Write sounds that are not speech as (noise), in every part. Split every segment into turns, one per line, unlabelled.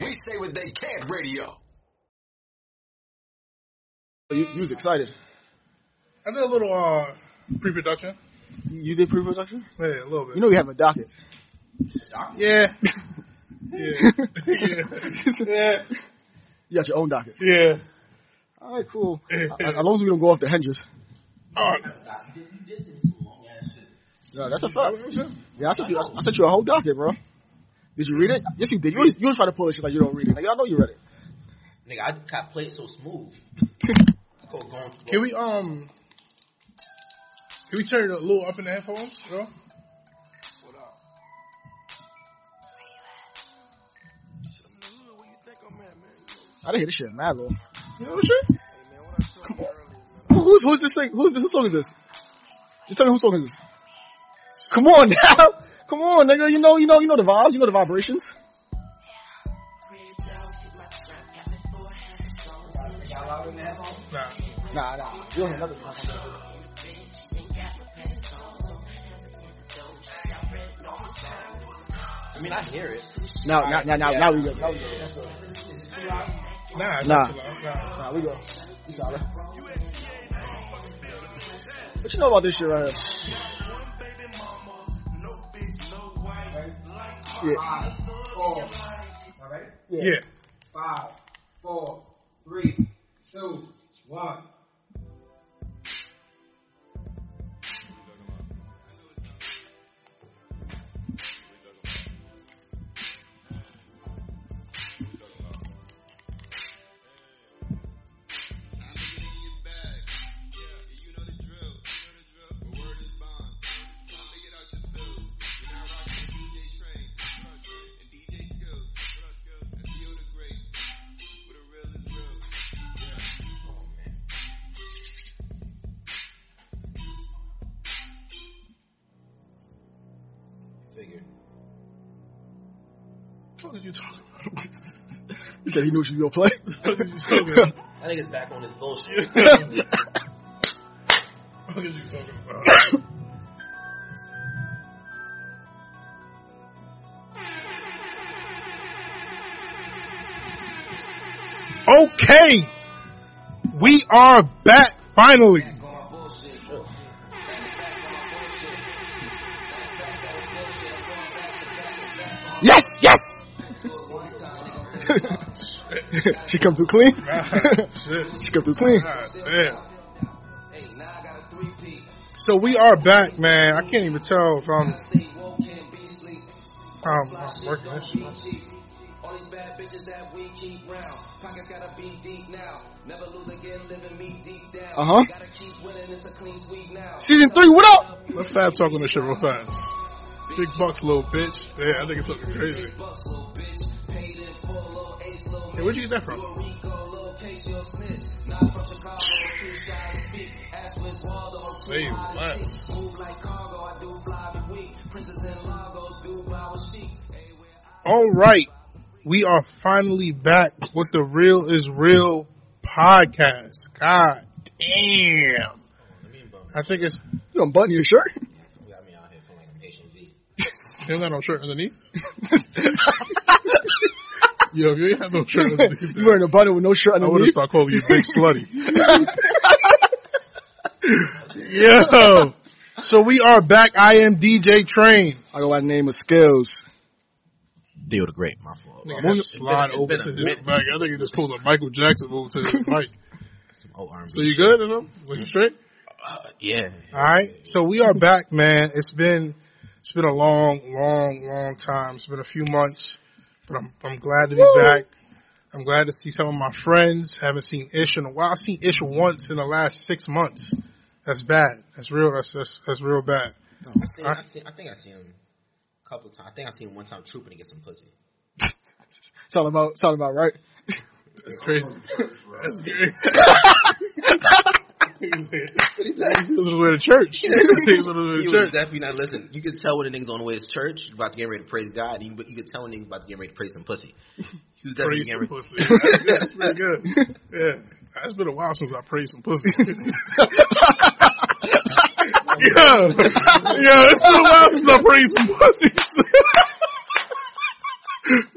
We stay with They Can't Radio.
You, you was excited.
I did a little uh, pre-production.
You did pre-production.
Yeah, a little bit.
You know we have a docket.
yeah.
(laughs)
yeah. yeah. Yeah.
You got your own docket.
Yeah.
All right, cool. A- As long as we don't go off the hinges.
All
Yeah, that's a fact.
right.
Yeah, I sent you. I sent you a whole docket, bro. Did you read it? Yes, you did. You always, you always try to pull this shit like you don't read it. Like, y'all know you read it.
Nigga, I got played so (laughs) smooth. It's called going through.
Can we um? Can we turn it a little up in the headphones, bro?
I didn't hear this shit, in mad though.
You know what I'm saying?
Who- Who's who's this thing? Who's this? Whose song is this? Just tell me whose song is this. Come on (laughs) now, come on, nigga. You know, you know, you know the vibes. You know the vibrations.
Nah.
Nah, nah. You don't hear nothing.
I mean, I hear it.
Now, now, now, now, now we go. Now we go.
Nah.
Nah.
it's not too loud. Nah.
Nah, we go. We solid. What you know about this shit right here? Yeah.
Yeah.
Five, four, three, two, one.
Figure.
What are you talking
(laughs) He said he knew what you were gonna play.
about?
That nigga's back on his (laughs) bullshit.
What are you talking about? Okay, we are back finally.
yes, yes. (laughs) she come through clean. (laughs)
God, shit.
she come through clean.
God damn. So we are back, man. I can't even tell if I'm, I'm, I'm Oh, working this shit.
All these bad bitches that we keep round. Pockets gotta be deep now. Never lose again, living me deep down.
Uh huh.
Gotta keep winning, it's a clean sweep now.
Season three. What up?
Let's fast talk on this shit real fast. Big bucks, little bitch. Yeah, I think it took me crazy. Hey, where'd you get that from? Say less. All right, we are finally back with the Real Is Real podcast. God damn. I think it's
You gonna button your
(laughs)
shirt?
You got me out here feeling like an HMV.
Ain't that no shirt underneath? (laughs) Yo, if you ain't have no shirt underneath,
you wearing a button with no shirt
I would have
underneath?
started calling you Big Slutty. (laughs) Yo. So we are back. I am DJ Train.
I go by the name of Skills.
Deal the great, my fault.
Nigga,
Move your-
had to Oh, slide
it's
over
been
to
a
his
minute.
mic. I think he just pulled a Michael Jackson move to his mic.
Some old R&B.
So you good? You know? Looking straight?
Uh, yeah.
All right. So we are back, man. It's been it's been a long, long, long time. It's been a few months, but I'm I'm glad to be back. I'm glad to see some of my friends. Haven't seen Ish in a while. I've seen Ish once in the last six months. That's bad. That's real. That's that's, that's real bad.
I, seen, I, seen, I think I seen him a couple times. I think I seen him one time trooping to get some pussy.
Sound about sound about
(laughs)
right.
That's crazy.
(laughs)
That's crazy.
What is that?
He was on the way to
(laughs)
church. He was on the way
He
to
was
church.
definitely not listening. You could tell when the niggas on the way to church about to get ready to praise God. You, you could tell when niggas about to get ready to praise some pussy. He was definitely
Praise
getting
some
ready.
pussy. That's, good. that's pretty good. Yeah. It's been a while since I praised some pussy. (laughs) yeah. Yeah, it's been a
(laughs)
while since I praised some pussies.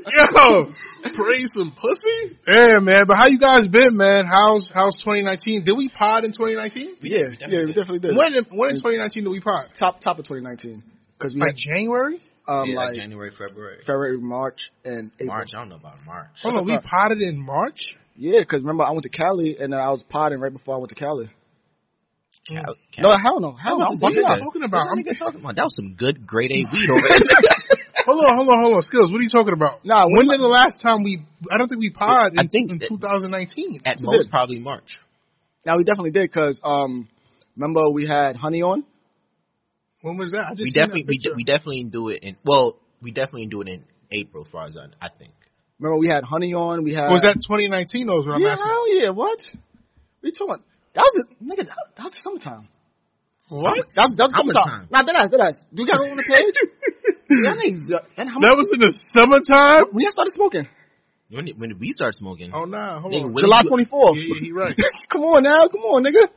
Yo,
praise some pussy?
Yeah, man. But how you guys been, man? How's how's 2019? Did we pod in 2019?
yeah, yeah, we definitely did.
When in, when in 2019 did we pod?
Top top of 2019 because we
Like
had
January?
um,
yeah, like
like
January, February,
February, March, and April.
March. I don't know about March.
Hold on, we potted in March.
Yeah, because remember I went to Cali and then I was potting right before I went to Cali.
Cal- Cal-
No, hell no, hell no.
What
I'm
the
bugging
fuck
out.
is
talking
that?
about?
What
I'm-
nigga talking about? That was some good grade A weed (laughs) over there.
Hold on, hold on, hold on. Skills, what are you talking about?
Nah,
when did the last time we? I don't think we pod. In,
I think
in
that-
2019.
At
We
most,
did.
probably March.
Now we definitely did because um, remember we had honey on.
When was that? I just
We
seen
definitely,
that
we, de-
picture.
we definitely didn't do it in. Well, we definitely didn't do it in April, as far as I, I think.
Remember we had honey on. We had
uh,
was that 2019? Though is what I'm
yeah,
asking.
hell yeah. What? We talking? That was a, nigga. That, that was the summertime.
What?
That, was- that was the
Summertime.
summertime. Nah, that ass, that ass. Do you got it on the
(laughs)
page? yeah, niggas. uh, And how much?
That was in the summertime.
when I started smoking,
When did, when did we start smoking?
Oh nah, hold
Nigga,
on.
When
July
you-
twenty fourth.
Yeah, yeah,
(laughs)
he right.
come on now, come on, nigga.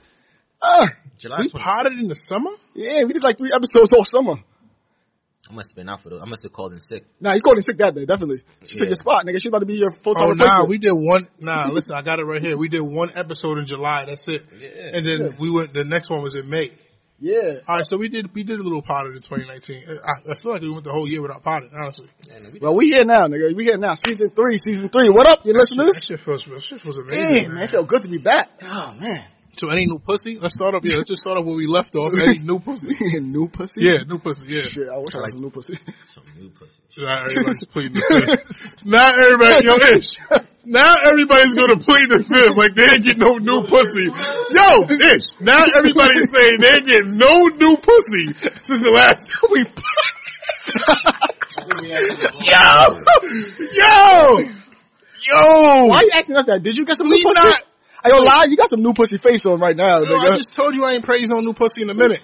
Ah,
July.
we
20
potted in the summer.
yeah, we did like three episodes all summer.
I must have been out for those. I must have called in sick.
Nah, you called in sick that day, definitely. She took
Yeah.
your spot, nigga. She about to be your full time
Oh nah,
replacement.
we did one. Nah, listen, I got it right here. We did one episode in July. That's it.
Yeah.
And then
Yeah.
we went. The next one was in May.
yeah.
All right, so we did we did a little potted in 2019. I, I feel like we went the whole year without potted. Honestly,
And we-
Well, we here now, nigga. We here now. Season three, season three. What up, you
that
listeners?
shit feels that shit feels amazing.
Damn, man,
man.
it felt good to be back. Oh (laughs) man,
So any new pussy? Let's start up. Yeah, let's just start up where we
(laughs)
left off. Any new pussy?
new pussy.
Yeah, new pussy. Yeah.
Shit, I wish I
Like-
was a new pussy.
Some new pussy.
Not (laughs) everybody's pleading the fifth. Not everybody, yo, Ish. Now everybody's gonna plead the fifth like they didn't get no new pussy. Yo, Ish. Now everybody's saying they didn't get no new pussy since the last time we. yo, yo, yo.
Why you asking us that? Did you get some new
We
pussy?
not-
I don't lie, you got some new pussy face on right now,
Yo,
nigga.
I just told you I ain't praised no new pussy in a minute.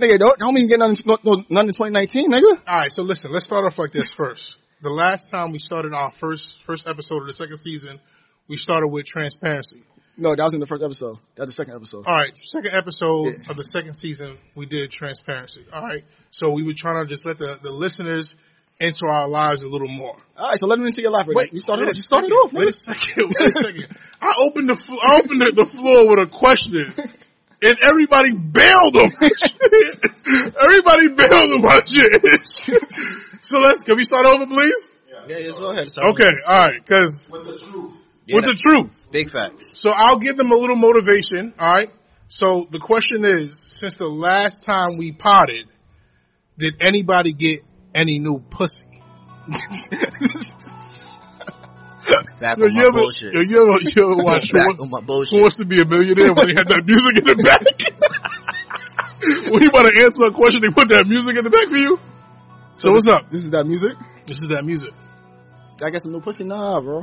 Nigga, don't, don't even get none, no, no, none in 2019, nigga.
All right, so listen, let's start off like this first. The last time we started our first first episode of the second season, we started with transparency.
No, that was in the first episode. That was the second episode.
All right, second episode
Yeah.
of the second season, we did transparency. All right, so we were trying to just let the, the listeners into our lives a little more.
All right, so let me into your life. Right you started
wait a
off. You started
second,
off.
Wait a
nigga. (laughs)
second. Wait a second. I opened the fl- I opened the, the floor with a question, and everybody bailed on my shit. (laughs) everybody bailed on my shit. (laughs) so let's can we start over, please?
Yeah, yeah, go ahead. Sorry.
Okay, all right, because
Yeah,
with the truth.
big facts.
So I'll give them a little motivation. All right. So the question is, since the last time we potted, did anybody get any new pussy?
Back
Yo,
on
you
my
ever,
bullshit.
yo, you ever, you
(laughs)
ever watch
Back
Who,
on my
Who
bullshit.
Wants to Be a Millionaire when they had that music in the back? (laughs) when you want to answer a question, they put that music in the back for you. So what's up?
This is that music.
This is that music.
Did I get some new pussy? Nah, bro. (laughs)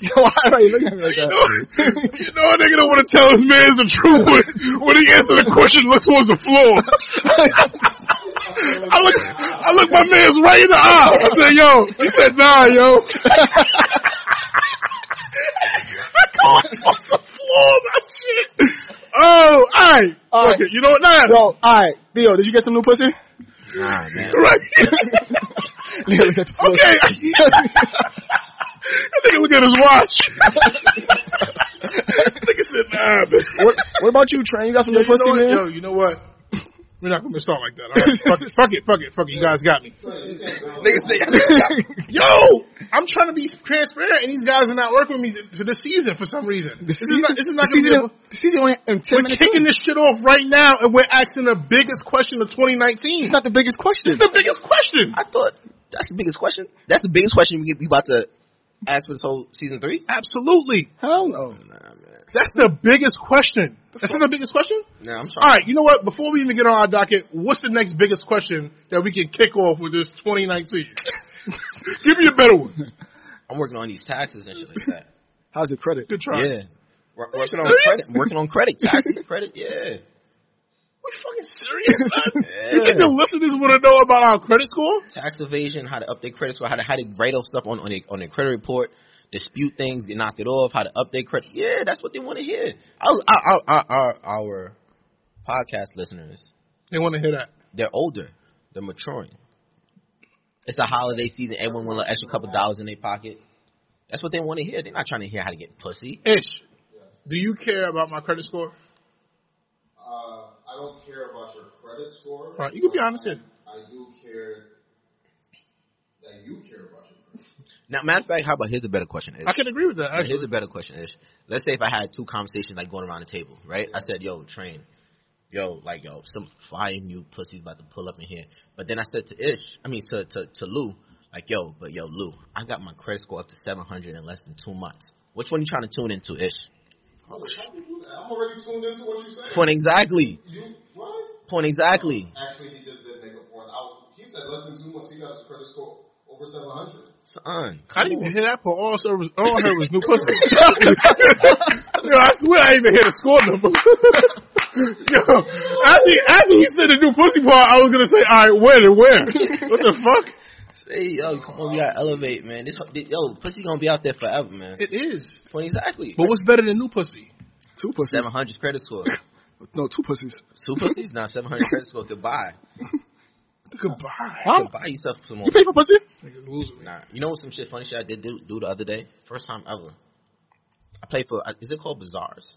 Yo, why are you looking at me like
(laughs) You know,
that?
you know a nigga don't want to tell his man the truth when, when he answers the question looks towards the floor. I look, I look my man's right in the eye. I said, yo, he said, nah, yo. I go towards the floor, my shit. Oh, alright.
All right.
Okay, you know what, nah.
Yo,
(laughs)
all right, Theo, did you get some new pussy? (laughs)
Nah, man.
Right. (laughs)
Nigga, look at the floor.
okay. (laughs) I think look at his watch. (laughs) Nigga said, nah, man.
What, what about you, Train? You got some
Yo,
new pussy,
you know
man?
what? Yo, you know what? We're not gonna start like that. All right? fuck it, fuck it, fuck it, fuck it. You guys got me. (laughs) Yo, I'm trying to be transparent, and these guys are not working with me th- for this season for some reason. This is not. This is not
The
gonna
season,
be. A,
the season only in 10
we're
minutes.
kicking
in.
this shit off right now, and we're asking the biggest question of 2019.
It's not the biggest question.
It's the biggest question.
I thought that's the biggest question. That's the biggest question we, we about to ask for this whole season three.
Absolutely,
Hell no.
Nah, man.
that's the biggest question. That's not the biggest question.
Nah, I'm
All
sorry.
right, you know what? Before we even get on our docket, what's the next biggest question that we can kick off with this 2019? (laughs) Give me a better one.
I'm working on these taxes and shit like that.
How's your credit?
Good try.
Yeah. Wor- working on
serious?
credit. Working on credit. Taxes, credit. Yeah.
We fucking serious, man? You think the
yeah.
listeners want to know about our credit score?
Tax evasion, how to update credit score, how to, how to write off stuff on, on, their, on their credit report, dispute things, they knock it off, how to update credit. Yeah, that's what they want to hear. Our, our, our, our, our podcast listeners,
They want to hear that.
they're older. They're maturing. It's the holiday season. Everyone want an extra couple dollars in their pocket. That's what they want to hear. They're not trying to hear how to get pussy.
Ish, do you care about my credit score?
Uh, I don't care about your credit score.
Right, you can be honest here.
I do care that you care about your credit.
Now, matter of fact, how about here's a better question. Ish.
I can agree with that.
Now,
Actually.
here's a better question, Ish. Let's say if I had two conversations like going around the table, right? I said, "Yo, train, yo, like yo, some fire new pussy's about to pull up in here." But then I said to Ish, I mean to to to Lou, like, "Yo, but yo, Lou, I got my credit score up to 700 in less than two months. Which one you trying to tune into, Ish?
How the fuck you do that? I'm already tuned into what you said.
Point exactly.
You what?
Point exactly.
Actually, he just did make a point. I, he said less than two months. He got his credit score over seven hundred.
Son,
I
come
didn't even
on.
hear that part. All I said was, all I heard was new
(laughs)
pussy. (laughs) Yo, I swear I didn't even hear the score number. (laughs) Yo, after, after he said the new pussy part, I was gonna say, alright, where and where? (laughs) What the fuck?
Hey, yo, come on, we gotta elevate, man. This, this yo, pussy gonna be out there forever, man.
It is.
Point exactly.
But what's better than new pussy?
Two pussies.
Seven hundred credit score.
No, two pussies.
Two pussies now. Seven hundred credit score.
(laughs)
Goodbye.
Goodbye.
Huh?
Goodbye. You stuff some more.
You pay for pussy?
Niggas losing me.
Nah, you know what some shit funny shit I did do, do the other day? First time ever. I played for, uh, is it called Bazaars?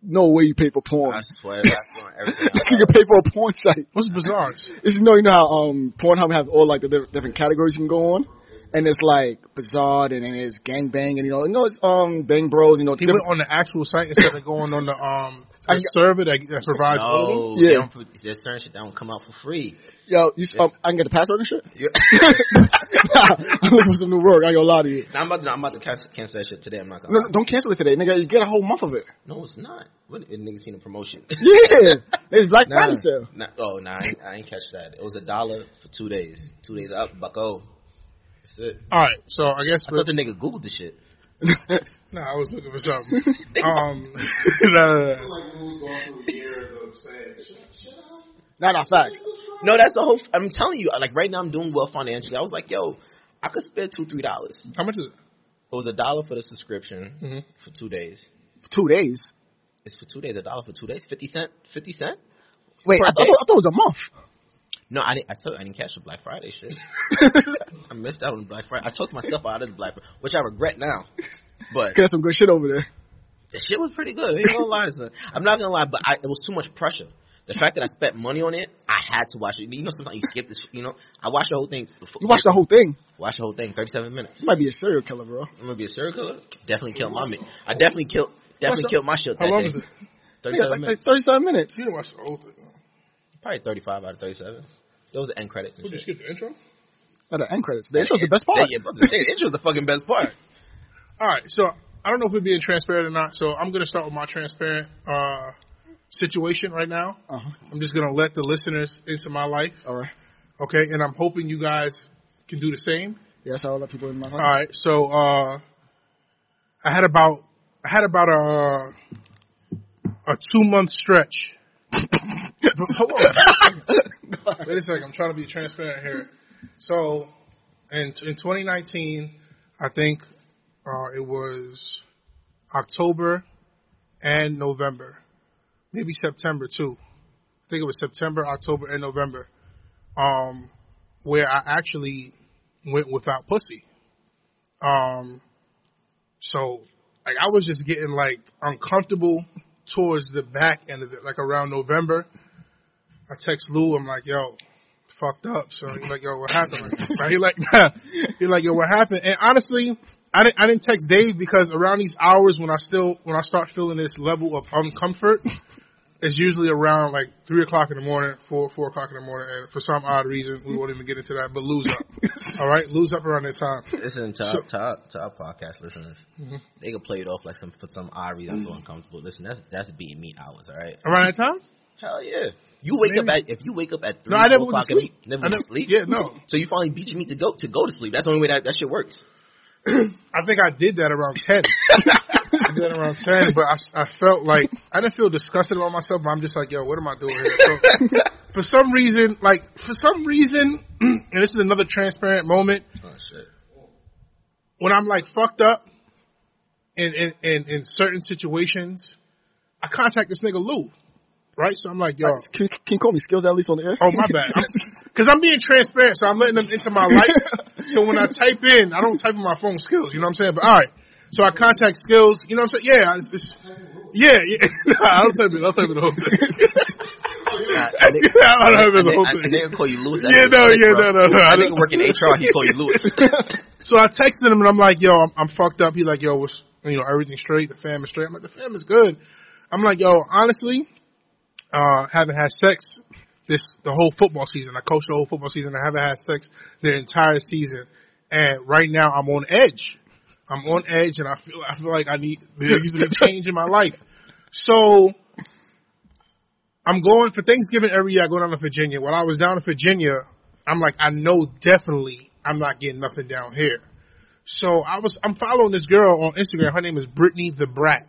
No way you pay for porn.
I swear to God, I swear on
(laughs)
everything.
This nigga pay for a porn site.
What's bizarre?
It's, you know, you know how um, Pornhub have all like the diff- different categories you can go on, and it's like bizarre and, and it's gangbang and you know, you know it's um bang bros, you know.
He
different-
went on the actual site instead of going on the um
I
the server that,
(laughs)
that provides all of
No,
Yeah.
they don't put, there's certain shit that don't come out for free.
Yo, you, s- um, I can get the password and shit. (laughs)
You're- (laughs)
I'm looking for some new work. I ain't gonna lie to you.
Nah, I'm about to, I'm about to cancel, cancel that shit today. I'm not gonna.
No, no,
lie.
don't cancel it today, nigga. You get a whole month of it.
No, it's not. What it niggas seen a promotion?
(laughs) Yeah, it's Black
Nah,
Friday sale.
nah, oh nah, I ain't, I ain't catch that. It was a dollar for two days. Two days up, bucko. That's it.
Alright, so I guess
I thought
with,
the nigga googled the shit.
nah, I was looking for something. (laughs) um no, no,
I
no.
feel like Lou's gone through years of saying, "Should I- should I?"
Nah, nah, facts.
No, that's the whole. I'm telling you, like right now, I'm doing well financially. I was like, yo, I could spend two, three dollars.
How much is it?
It was a dollar for the subscription
Mm-hmm.
Mhm.
for two days.
Two days.
It's for two days. A dollar for two days. Fifty cent. Fifty cent.
Wait,
For
I,
a
thought
day.
I thought it was a month.
No, I didn't. I told you I didn't catch the Black Friday
(laughs)
shit. I missed out on the Black Friday. I took myself out of the Black Friday, which I regret
(laughs)
now. But
Get some good shit over there.
the shit was pretty good. I ain't gonna lie, son. I'm not gonna lie, but I, it was too much pressure. The fact that I spent money on it, I had to watch it. You know, sometimes you skip this. You know, I watched the whole thing.
You watch the whole thing.
watch the whole thing, 37 minutes.
You might be a serial killer, bro.
I'm gonna be a serial killer. Definitely killed my man. I definitely killed. Definitely
Watch the-
killed my shit.
How
that
long
day.
is it?
(laughs)
Yeah,
37
like, like
minutes.
37 minutes.
You didn't watch the whole thing. though.
Probably 35 out of 37. Those are end credits. and
Would you
shit.
skip the intro?
Not the end credits. The intro's the best part.
Yeah, yeah, but the the intro's the fucking best
(laughs)
part.
All right, so I don't know if we're being transparent or not. So I'm going to start with my transparent uh, situation right now.
Uh-huh.
I'm just going to let the listeners into my life,
(laughs) All right.
okay? And I'm hoping you guys can do the same.
Yeah, so I'll let people in my
All
life.
right, so uh, I had about I had about a a two month stretch. Hold on, wait a second. I'm trying to be transparent here. So, in in 2019, I think uh, it was October and November, maybe September too. I think it was September, October, and November, um, where I actually went without pussy. Um, so like I was just getting like uncomfortable towards the back end of it, like around November. I text Lou, I'm like, yo, fucked up. So he's like, yo, what happened? Like, (laughs) he like, he like, yo, what happened? And honestly, I didn't, I didn't text Dave because around these hours when I still, when I start feeling this level of uncomfort, it's usually around like three o'clock in the morning, four, four o'clock in the morning. And for some odd reason, we won't even get into that, but Lou's (laughs) up. All right. Lou's up around that time.
Listen to
So-
our, to our, to our podcast listeners.
Mm-hmm.
They can play it off like some for some odd reason I feel uncomfortable. Listen, that's that's beating me hours, all right?
Around that time?
Hell yeah. You wake
Maybe-
up at if you wake up at three
No, I never
four
went
o'clock
to
in-
sleep.
Never
I
went to
never-
sleep.
yeah, no.
So you finally beat me to go to go to sleep. That's the only way that that shit works.
I think I did that around 10. I did that around 10, but I, I felt like, I didn't feel disgusted about myself, but I'm just like, yo, what am I doing here? So, for some reason, like, for some reason, (clears throat) and this is another transparent moment,
Oh shit.
when I'm like fucked up in, in, in, in certain situations, I contact this nigga Lou, right? So I'm like, yo,
Can, can you call me skills at least on the air?
oh my bad. I'm, (laughs) Because I'm being transparent, so I'm letting them into my (laughs) life. so when I type in, I don't type in my phone skills. You know what I'm saying? But all right, so I contact skills. You know what I'm saying? Yeah, it's, it's, yeah, yeah. (laughs) Nah, I don't type it. I'll type it the whole thing. (laughs)
Nah,
That's
nigga-
good. I don't have
a
the whole
nigga- a
thing.
nigga call you Lewis. that
Yeah,
nigga
no,
fake,
yeah,
bro.
no, no, no.
That nigga work in HR. He call you (laughs)
(laughs)
Lewis.
so I texted him and I'm like, yo, I'm, I'm fucked up. He's like, yo, what's, you know, everything straight? The fam is straight. I'm like, the fam is good. I'm like, yo, honestly, uh, haven't had sex this, the whole football season. I coached the whole football season. I haven't had sex the entire season. And right now I'm on edge. I'm on edge and I feel, I feel like I need, there needs to be a change in my life. So I'm going for Thanksgiving every year. I go down to Virginia. While I was down in Virginia, I'm like, I know definitely I'm not getting nothing down here. So I was, I'm following this girl on Instagram. Her name is Brittany the Brat,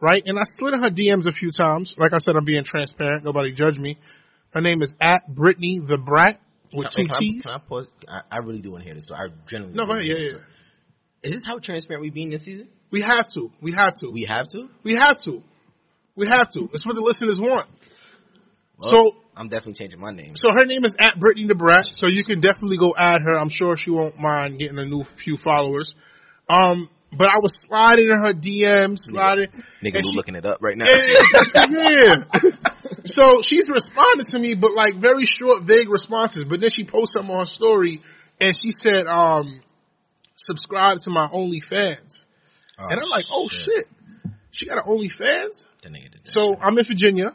right? And I slid in her DMs a few times. Like I said, I'm being transparent. Nobody judge me. Her name is at Brittany the Brat with two
Wait, can, I,
T's.
can I pause? I, I really do want to hear this story. I genuinely.
No,
do
go
wanna
ahead.
hear this
Yeah, yeah.
story. Is this how transparent we being this season?
We have to. We have to.
We have to.
We have to. We have to. It's what the listeners want.
Well,
So
I'm definitely changing my name.
So her name is at Brittany DeBrat, so you can definitely go add her. I'm sure she won't mind getting a new few followers. Um, but I was sliding in her DMs, sliding.
Nigga,
and
we
she-
looking it up right now.
yeah. So she's responded to me, but like very short, vague responses. But then she posts something on her story, and she said, um, "Subscribe to my OnlyFans,"
Oh,
and I'm like, "Oh shit, she got an OnlyFans."
That nigga did that.
So I'm in Virginia.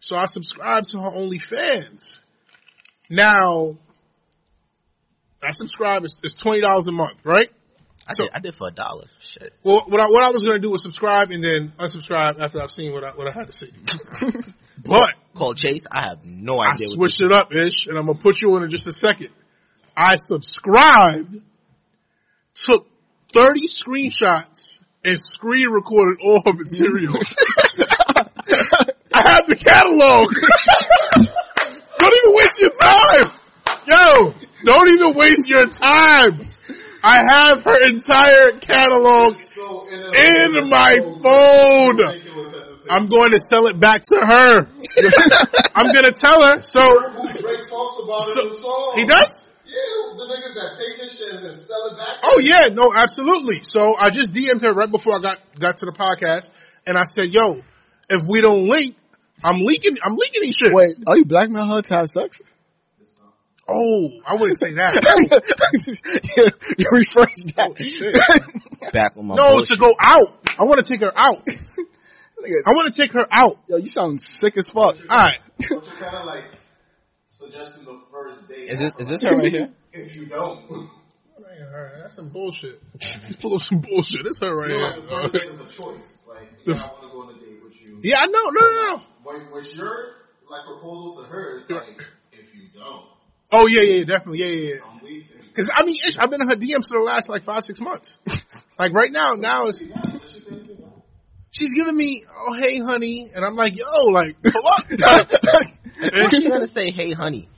So I subscribe to her OnlyFans. Now, I subscribe. It's, it's twenty dollars a month, right?
I,
so-
did, I did for a dollar. Shit.
Well, what I, what I was gonna do was subscribe and then unsubscribe after I've seen what I, what I had to see. but
Call Chase. I have no
I
idea. what
switched it up, ish, and I'm gonna put you on in just a second. I subscribed, took thirty screenshots, and screen recorded all (laughs) her material. I have the catalog. (laughs) don't even waste your time. Yo, don't even waste your time. I have her entire catalog
So in, a,
in my phone.
ridiculous at the same
I'm going to sell it back to her. (laughs) I'm going to tell her. So
Who Drake talks about
So-
it in the song.
he does?
Yeah, the niggas that take this shit and then sell it back.
Oh yeah, no, absolutely. So I just DM'd her right before I got got to the podcast, and I said, "Yo, if we don't link, I'm leaking. I'm leaking these shits."
(laughs) Wait, are you blackmailing her to have (laughs) sex?
Oh, I wouldn't say that.
(laughs) you rephrase that.
Oh, shit.
you back on my
no, to
Oh, bullshit.
go out. I want to take her
(laughs)
out. I want to take her out.
(laughs) Yo, you sound sick as fuck.
All right.
Which is kind of like suggesting the first date.
Is this is this her right
(laughs)
here?
If you don't, (laughs)
That's some (laughs) bullshit. Full of some bullshit. It's her right
you know, like,
here.
the first date is a choice. Like, yeah, I want to go on a date with you.
Yeah, I know. No, no, no.
What, what's your like proposal to her? It's like if you don't,
Oh yeah, yeah, definitely. Yeah, yeah. yeah.
I'm leaving.
Because I mean, ish, I've been in her DMs for the last like five, six months. (laughs) like right now, now it's she's giving me, oh hey honey, and I'm like, yo, like, (laughs)
What
hello.
she gonna say? Hey, honey.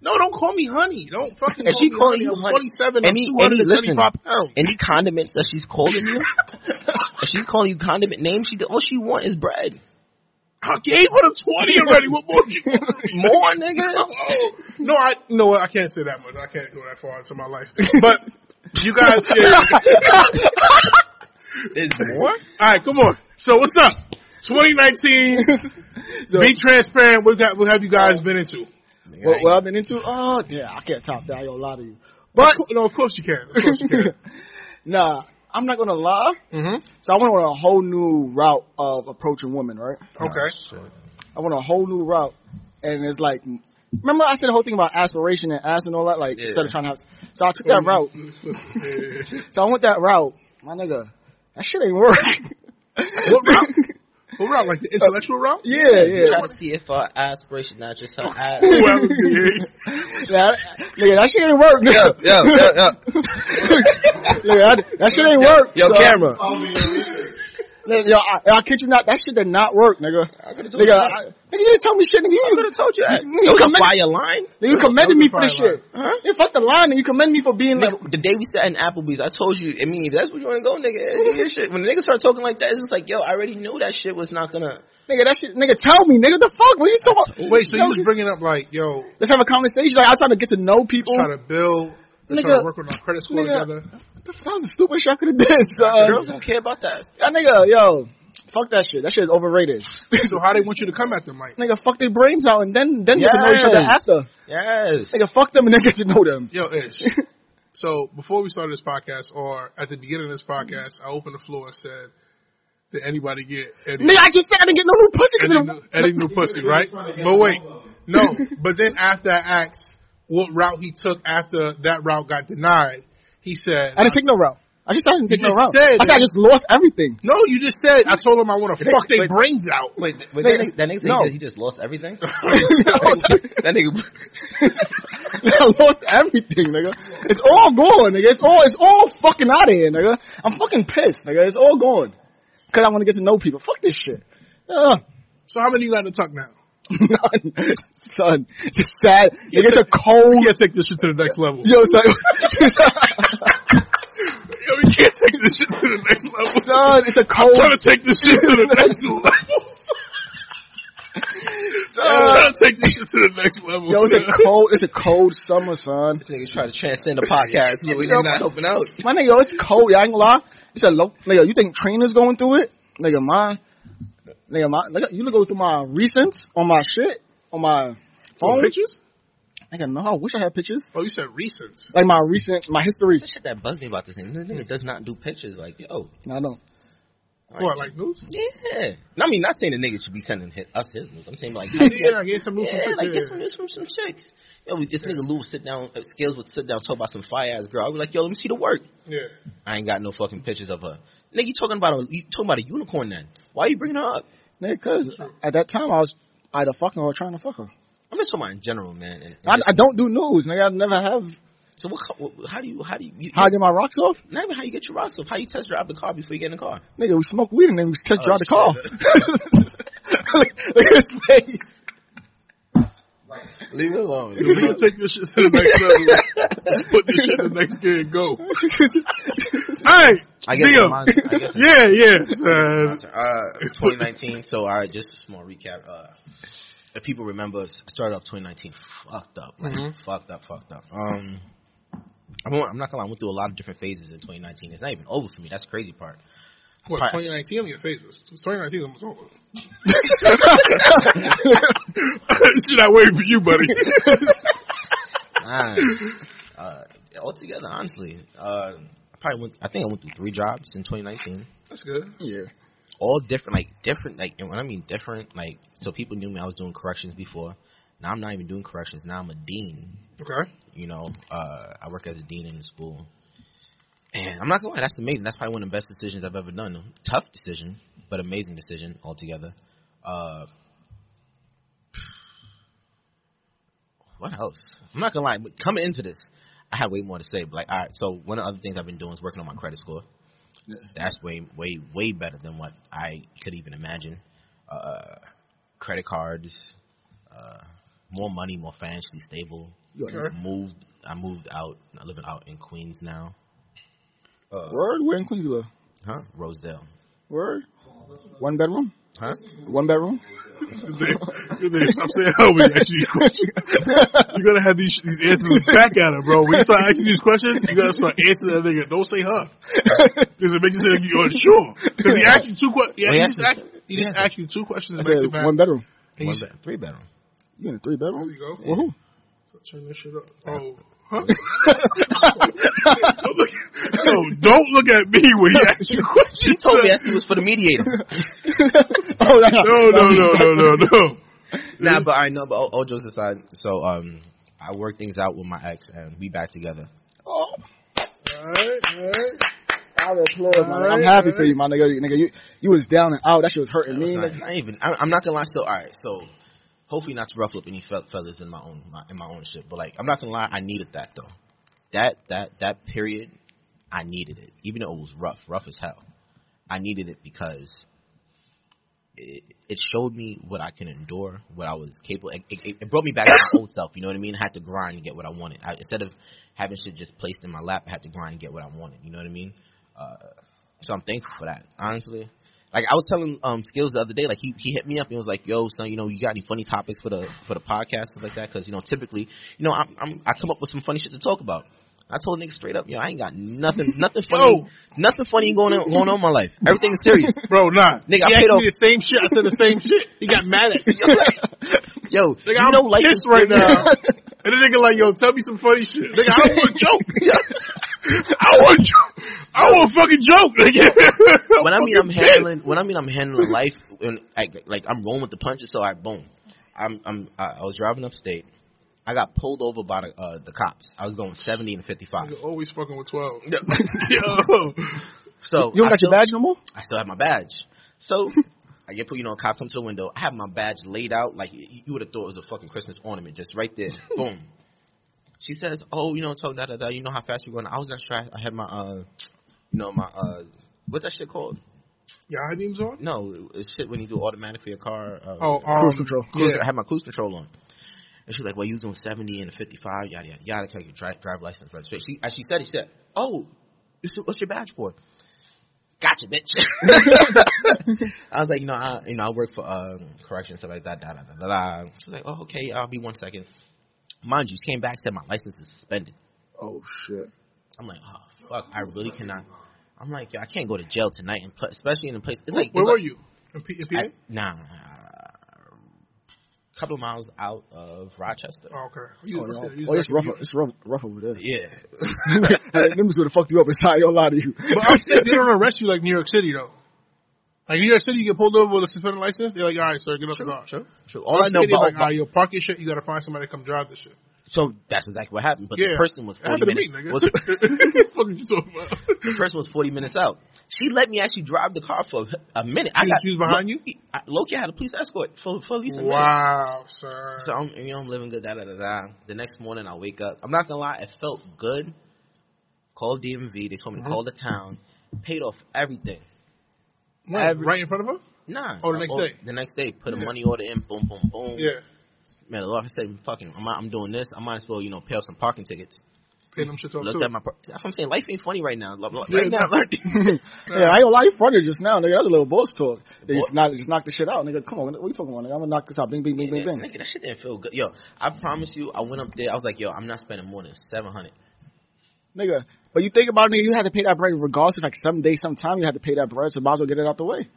no, don't call me honey. Don't fucking.
If
call
she
me
calling
honey.
you
I'm
honey,
27.
any-
I'm 275
any-
pounds.
Any condiments that she's calling
(laughs)
you? if she's calling you condiment names, she all she want is bread.
I gave her the 20 already. What more do you want from
(laughs)
me?
More, nigga.
Oh, no, I you know what I can't say that much. I can't go that far into my life. But you guys, (laughs) yeah.
(laughs) There's more.
all right, come on. So what's up? (laughs) 2019.
So,
Be transparent. What got, what have you guys been into?
what, what I've been into? Oh, yeah, I can't top that. I ain't gonna lie to you.
But no, of course you can. Of course you can.
(laughs) nah, I'm not gonna lie.
mm-hmm.
So I went on a whole new route of approaching women, right?
Okay.
I went on a whole new route, and it's like, remember I said the whole thing about aspiration and ass and all that, like
Yeah.
instead of trying to have. So I took
Mm-hmm.
that route.
(laughs)
So I went that route, my nigga. That shit ain't work.
What route? what route? Like the intellectual route?
(laughs) yeah,
You
yeah.
Trying to see if her aspiration, not just (laughs) her ass.
Ooh, that was
(laughs)
good.
Nah, that- nigga, that shit ain't work, nigga.
yo, yo, yo.
nigga that, that shit ain't work.
Yo,
so-
camera.
I'll be your research.
Nigga, yo, I, I kid you not, that shit did not work, nigga.
I could have told
Nigga,
you.
I, nigga, you didn't tell me shit, nigga. You,
could have told you that.
You- you
It was a
commended-
fire line.
nigga, you commended me for
That
this
was a
shit. Yeah, fuck the line, and you commend me for being like,
Nigga, the day we sat in Applebee's, I told you. I mean, if that's where you want to go, nigga. Eat your shit. When the niggas start talking like that, it's just like, yo, I already knew that shit was not gonna.
nigga, that shit, nigga, tell me, nigga, the fuck, what are you talking?
Wait, so Oh, you was bringing up like, yo,
let's have a conversation. Like, I was trying to get to know people.
try to build, let's try
Nigga.
to work on our credit score
Nigga.
together.
That was the stupidest shit I could have did,
Girls
(laughs) son.
don't care about that.
That nigga, yo, fuck that shit. That shit is overrated.
So how they want you to come at them, like,
nigga, fuck their brains out, and then then get to know each other
Yes.
after.
Yes.
Nigga, fuck them, and then get to know them.
yo, Ish. (laughs) so before we started this podcast, or at the beginning of this podcast, I opened the floor and said, "Did anybody get any,
Nigga, I just said I didn't get no new pussy. 'cause
any,
of-
new, any new pussy?" Right? But wait, no. But then after I asked what route he took after that route got denied, he said,
I didn't take no route. I just said I didn't
You
take no
just
route.
said
I said I
that-
just lost everything. (laughs)
"No, you just said." I told him I want to fuck their
wait.
brains out.
Wait, th- wait that nigga,
Nigga,
that nigga said
no.
he just- he just lost (laughs) everything?
I
that nigga. (laughs)
lost everything, nigga. It's all gone, nigga. It's all it's all fucking out of here, nigga. I'm fucking pissed, nigga. It's all gone. Cause I want to get to know people. Fuck this shit. (laughs) Ugh.
So how many you got in the tuck now?
None. Son, it's a sad. Nigga, it's a cold.
We gotta take this shit to the next level.
Yo, son.
Yo, we can't take this shit to the next level.
(laughs) son, it's a cold.
trying to take this shit to the (laughs) next level. I'm trying to take this shit to the next level.
Yo, it's
(laughs)
a cold. It's a cold summer, son.
This nigga trying to transcend the
(laughs)
podcast. Nigga, we not helping out.
My nigga, yo, it's cold. Y'all ain't gonna lie. It's a low. Nigga, you think trainers going through it? Nigga, my. Nigga, my. Nigga, you go through my recents on my shit on my
Oh,
phone.
pictures?
Nigga, no, I wish I had pictures.
Oh, you said recent.
Like my recent, my history.
That's the shit that bugs me about this nigga. This nigga does not do pictures. Like, yo.
I know.
What, like news?
Yeah. No, I mean, not saying the nigga should be sending his, us his news. I'm saying, like, (laughs)
Yeah, I get some news
Yeah,
from
like get
pictures.
some news from some chicks. Yo, this nigga Lou would sit down, uh, Scales would sit down, talk about some fire ass girl. I was like, yo, let me see the work.
Yeah.
I ain't got no fucking pictures of her. Nigga, you talking about a you talking about a unicorn then? Why you bringing her up?
Nigga, cause at that time I was either fucking her or trying to fuck her.
I'm just talking about in general, man. And, and
I,
just-
I don't do news, nigga. I never have.
so what? co- what- How do you? How do you? you
How I get my rocks off?
not even how you get your rocks off. How you test drive the car before you get in the car?
Nigga, we smoke weed and then we test
Oh,
drive the
shit.
car. Look at his face.
Leave it alone.
We need to take this shit to the next
(laughs)
level. Put this shit to the next gear and (laughs) go. Alright.
I guess
Deal.
mine's- I guess it's-
Yeah, yeah. Uh,
Sponsor. Uh, 2019. So, uh, just a small recap. Uh, if people remember, I started off 2019 fucked up, like fucked up, fucked up. Um, I won't- I'm not gonna. lie, I went through a lot of different phases in 2019. It's not even over for me. That's the crazy part.
what,
Alright.
2019? I'm your favorites. 2019 is almost over. (laughs) shit, I waited for you, (laughs) buddy.
Nah. uh, altogether, honestly, uh, I probably went. I think I went through three jobs in 2019.
That's good.
Yeah.
all different, like different, like and when I mean different, like so people knew me. I was doing corrections before. Now I'm not even doing corrections. Now I'm a dean.
Okay.
You know, uh, I work as a dean in the school, and I'm not gonna lie. That's amazing. That's probably one of the best decisions I've ever done. Tough decision, but amazing decision altogether. Uh, what else? I'm not gonna lie. But coming into this, I had way more to say. But like, all right. So one of the other things I've been doing is working on my credit score that's way way way better than what I could even imagine. Uh, credit cards, uh, more money, more financially stable. Just moved. I moved out. I live out in Queens now. Uh,
(laughs) Word? Where in Queens you live?
huh? Rosedale.
Word? One bedroom?
Huh?
One bedroom? (laughs)
Good day. Stop saying hell when you ask these questions. You're gonna have these, these answers back at her, bro. When you start asking these questions, you gotta start answering that nigga. Don't say her. Because it makes you say you're unsure. Because he asked you two questions.
Well, he
He just
asked
asked he just asked you two questions
I
back to
said
back.
one bedroom.
And
One
you-
bed- three bedroom.
You in a three
There
bedroom?
you go.
Woohoo. (laughs)
So Turn this shit up. Oh. Huh? don't, look, no, don't look at me when he asks
(laughs)
you questions.
He told me that it was for the
(laughs)
mediator.
oh, no,
No, no, no, no, no, no.
nah, but I know. But all, all jokes aside, so um, I worked things out with my ex, and we back together.
Oh,
Alright, alright.
I applaud, my nigga. I'm
Alright,
happy for
alright.
you, my nigga. Nigga, you, you was down and out. That shit was hurting me.
It's not,
nigga.
not even. I, I'm not gonna lie. So, all right. So, hopefully, not to ruffle up any fe- fellas in my own my, in my own shit. But like, I'm not gonna lie. I needed that though. That that that period, I needed it. Even though it was rough, rough as hell. I needed it because it, it showed me what I can endure, what I was capable. It, it, it brought me back to my old self. You know what I mean? I had to grind to get what I wanted. I, instead of having shit just placed in my lap, I had to grind and get what I wanted. You know what I mean? Uh, so I'm thankful for that. Honestly. Like I was telling um Skills the other day, like he, he hit me up and was like, "Yo, son, you know, you got any funny topics for the for the podcast stuff like that?" Because you know, typically, you know, I'm, I'm I come up with some funny shit to talk about. I told niggas straight up, yo, I ain't got
(laughs)
nothing, nothing funny,
Yo.
nothing funny going on, going on in my life. Everything's
(laughs)
serious.
Bro, nah.
Nigga,
he
I
asked
paid
me
off-
the same shit. I said the same shit. He got mad at me.
Yo,
Nigga,
you
I'm
know life
pissed
is
right
serious.
now. And the nigga like, yo, tell me some funny shit. Nigga, I don't want a joke. (laughs) I want a joke. I want a fucking joke, nigga.
when I mean I'm
(laughs) fucking pissed.
handling, when I mean I'm handling life, when I, like I'm rolling with the punches, so I boom, I'm I'm I I was driving upstate, I got pulled over by the uh, the cops. I was going 70 and 55.
Nigga, always fucking with
(laughs)
12.
Yeah.
Yo.
So
You don't
I
got
still-
your badge no more?
I still have my badge. So (laughs) I get put, you know, a cop comes to the window. I have my badge laid out like y- you would have thought it was a fucking Christmas ornament, just right
(laughs)
there. Boom. She says, "Oh, you know, talk da da da. You know how fast you're going." I was not sure. I I had my uh, you know, my uh, what's that shit called?
Y'all had names on?
No, it's shit when you do automatic for your car. Uh,
Oh, um,
Cruise control.
cruise,
Yeah.
I had my cruise control on. And she's like, well, you was doing 70 and a 55, yada, yada, yada, because your drive, drive license registration. She, as she said, it, she said, oh, this is- what's your badge for? Gotcha, bitch. (laughs) I was like, you know, I, you know, I work for, um, corrections, stuff like that, da, da, da, da, da. She was like, oh, okay, I'll be one second. Mind you, she came back, said my license is suspended.
Oh shit.
I'm like, oh, fuck, I really cannot. I'm like, yo, I can't go to jail tonight, and pl- especially in a place, it's like,
Where
it's
were
like-
you? In P- in
I,
PA?
nah, couple miles out of Rochester.
Oh, okay. You
Oh,
was
no.
back there. You
oh
was
it's
back
rough.
there.
It's rough, rough over (laughs) there.
Yeah.
Let me sort of fucked you up inside. I don't lie to you.
(laughs) But I'm saying they don't arrest you like New York City, though. Like New York City, you get pulled over with a suspended license. They're like, all right, sir, get off the car.
True. True. All I know
City,
about,
like, all right, you'll park your shit. You got to find somebody to come drive the shit.
so that's exactly what happened. But
Yeah.
the person was
It
forty
happened to me,
minutes.
nigga. (laughs)
was-
the fuck are you talking about?
the person was forty minutes out. She let me actually drive the car for a minute. I
She was-
got
she was behind you?
I, Loki had a police escort for for at least a minute.
Wow, sir.
So I'm you know I'm living good. Da da da da. The next morning I wake up. I'm not gonna lie, it felt good. Called DMV. They told me to
Mm-hmm.
call the town. Paid off everything.
Wait,
every-
right in front of her?
Nah.
Oh, the next day.
The next day, put a
Yeah.
money order in. Boom, boom, boom.
Yeah.
Man, the Lord said, "Fucking, I'm, I'm doing this. I might as well, you know, pay off some parking tickets."
Paying them shit off,
Looked
too.
at my. Par- That's what I'm saying. Life ain't funny right now. Lo- lo- Right
Yeah, (laughs)
now, like-
(laughs) Yeah, I ain't gonna lie, you fronted just now, nigga. That's a little boss talk. They just
Boss?
knock, just knock the shit out, nigga. Come on, what you talking about, nigga? I'm gonna knock this out. Bing, bing, bing, bing, bing.
Nigga, that shit didn't feel good. Yo, I promise you, I went up there. I was like, "Yo, I'm not spending more than seven hundred. (laughs)
Nigga, but you think about it, nigga, you had to pay that bread regardless. Like some day, sometime, you had to pay that bread, so might as well get it out the way.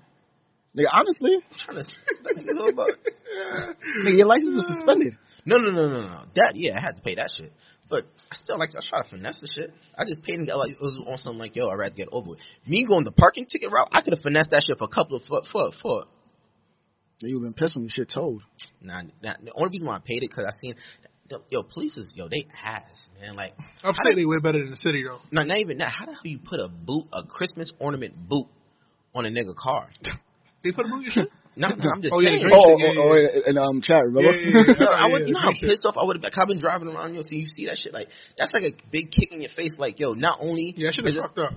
Nigga, honestly,
I'm trying to. that nigga's all about.
(laughs)
nigga, your license was suspended.
No, no, no, no, no. That yeah, I had to pay that shit. But I still like I try to finesse the shit. I just paid and got like it was on something like yo, I'd rather get over with. Me going the parking ticket route, I could have finessed that shit for a couple of for for for
Yeah, you've been pissed when your shit told.
Nah, nah, the only reason why I paid it because I seen, the, yo, police is yo, they ass man. Like,
Upstate, they way better than the city, though.
no, not even that. How the hell you put a boot, a Christmas ornament boot, on a nigga car?
They put a boot in
(laughs)
your shit?
No, no, I'm just
(laughs) Oh, yeah,
saying. (laughs)
the
Oh,
Green
oh,
shit, yeah,
oh, oh, and um, chat,
Yeah,
remember?
yeah, yeah.
Yo, I
Yeah,
would,
yeah,
you know how
green shit.
pissed off I would have been. 'cause I've been driving around, yo. So you see that shit, like that's like a big kick in your face. Like, yo, not only
Yeah, that shit
is
is
this-
fucked up.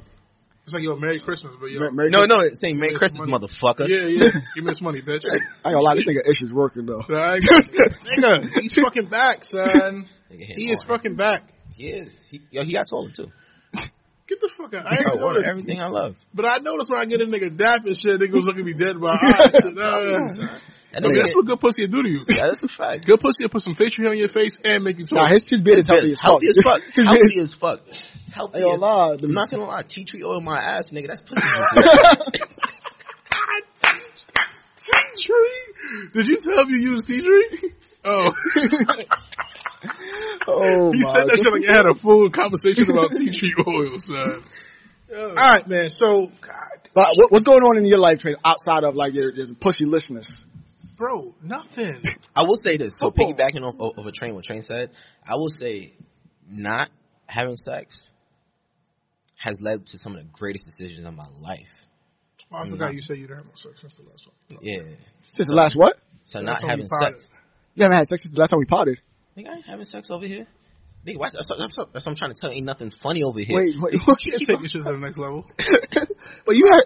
It's like, yo, Merry Christmas, but
(laughs)
yo.
Mer- Merry
no,
Christmas.
no, it's saying Merry
Give me this
Christmas,
money.
motherfucker.
Yeah, yeah. Give me this money,
(laughs)
bitch.
I ain't gonna lie, this nigga issues working though.
Like, nigga, he's fucking back, son.
Nigga hit
He is
hard.
fucking back.
He is. He, yo, he got taller too.
Get the fuck out. I
I
ain't
order
noticed.
everything I love.
But I noticed when I get a nigga dap and shit, nigga was looking me dead in my eyes. Shit, nah, nah.
That
Nigga,
nigga,
that's what good pussy will do to you.
yeah, that's a fact.
Good pussy will put some facial hair on your face and make you talk.
Nah, his, his beard is healthy
Yeah,
as fuck. (laughs) His beard
Healthy
is-
as (laughs) fuck. Healthy
Ain't gonna
as
lie, the-
I'm not gonna lie. Tea tree oil my ass, nigga. That's pussy. (laughs)
Tea tree? Did you tell him you used tea tree? (laughs) Oh.
oh
he
my
said that shit like
God.
it had a full conversation about tea tree oil, son. All right, man. So, God,
But what, what's going on in your life, Trey, outside of like your, your pussy listeners?
bro, (laughs) nothing.
I will say this. So
Football.
piggybacking off of, of a train, what train said, I will say, not having sex has led to some of the greatest decisions of my life.
Oh, I forgot you said you didn't have no sex since the last one.
Yeah.
Since the last what?
So
Last
not
time
having
we potted.
sex.
You haven't had sex since the last time we potted.
Nigga, I ain't having sex over here. Nigga, why, that's, that's, that's what I'm
(laughs)
trying to tell you. Ain't nothing funny over here.
Wait, wait, what? (laughs)
Take your shit to the next level.
but you had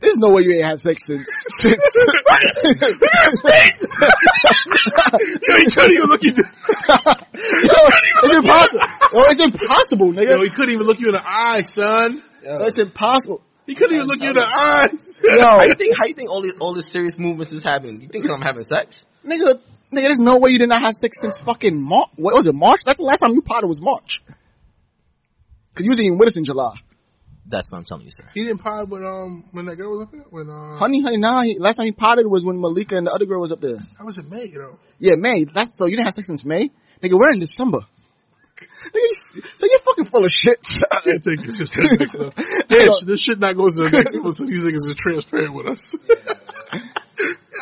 There's no way you ain't had sex
(laughs)
since. since.
Yo, he couldn't even look you. (laughs)
Yo, it's impossible. Yo, it's impossible, nigga.
Yo, he couldn't even look you in the eye, son.
Yo, it's impossible.
He couldn't even look you in the eyes. (laughs)
How you
Yo,
think? How you think all these all these serious movements is happening? You think I'm having sex?
nigga, nigga, there's no way you did not have sex since fucking March. What was it, March? That's the last time you potted was March. Cause you wasn't even with us in July.
That's what I'm telling you, sir.
He didn't pod when um when that girl was up there when uh
Honey, honey, nah. He, last time he potted was when Malika and the other girl was up there.
that was in May you know.
Yeah, May. That's so you didn't have sex since May. Nigga, we're in December. (laughs) Nigga, you s- so you're fucking full of shit. (laughs)
I can't take this shit to the next level. Yeah, sh- this shit not going (laughs) to the next level until these niggas are transparent with us. (laughs) yeah,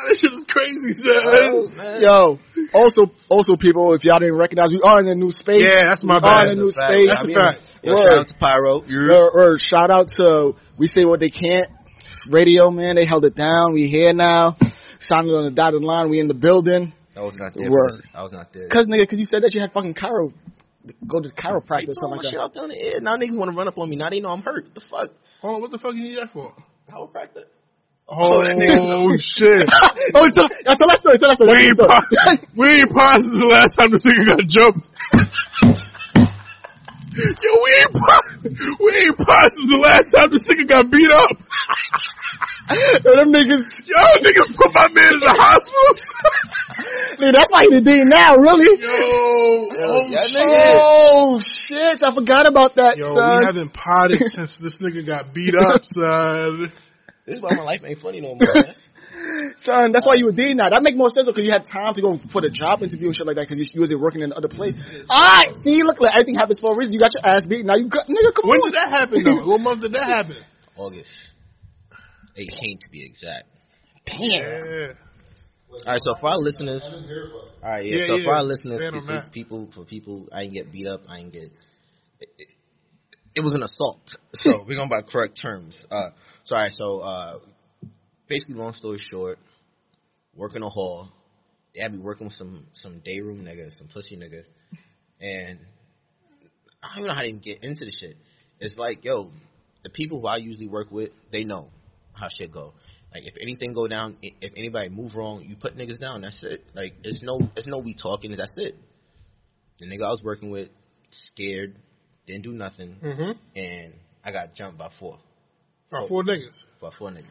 this shit is crazy, son.
Yo, also, also, people, if y'all didn't recognize, we are in a new space.
Yeah, that's my
we
bad.
Are in a new
That's a
space.
fact.
That's a fact.
Yo,
Word.
shout out to Pyro. You're
Or, or shout out to we say what they can't. Radio man, they held it down. We here now. Sounded on the dotted line. We in the building.
I was not there.
Word.
for this. I was not there.
Cause nigga, cause you said that you had fucking chiro, go to chiropractor
You throwing
or something
my
like
shit
that.
out there in the air. Now niggas want to run up on me. Now they know I'm hurt. What the fuck?
Hold on, what the fuck you need that for?
Chiropractor.
Oh, (laughs) shit.
oh, tell, yeah, tell that story. Tell that story.
we
Tell that story.
ain't paused. (laughs) We ain't paused since the last time this nigga got jumped. (laughs) Yo, we ain't paused. We ain't paused since the last time this nigga got beat up.
Yo, them niggas,
Yo, niggas put my man in the hospital. (laughs)
nigga, that's why he the dean now, really.
Yo, oh,
yeah,
shit.
Oh shit, I forgot about that,
Yo,
son.
we haven't potted since this nigga got beat up, son.
This is why my life ain't funny no more. man.
Son, that's why you were dean now. That make more sense because you had time to go for the job interview and shit like that because you, you wasn't working in the other place. Alright, see, look, like everything happens for a reason. You got your ass beat, now you got, nigga, come
When
on.
did that happen though? What month did that happen?
(laughs) August 18th to be exact.
Yeah.
All right, so for our listeners, all right, yeah,
Yeah,
so for
yeah,
our listeners,
expand on
for
that.
people, for people, I didn't get beat up, I didn't get. It, it, it was an assault,
(laughs)
so we're going by correct terms. Uh, so all right, so uh, basically, long story short, working a hall, they had me working with some some day room nigga, some pussy nigga, and I don't even know how they even get into the shit. It's like, yo, the people who I usually work with, they know how shit go. Like if anything go down, i- if anybody move wrong, you put niggas down. That's it. Like it's no, it's no we talking. That's it. The nigga I was working with, scared, didn't do nothing,
Mm-hmm.
and I got jumped by four,
About four niggas.
by four niggas.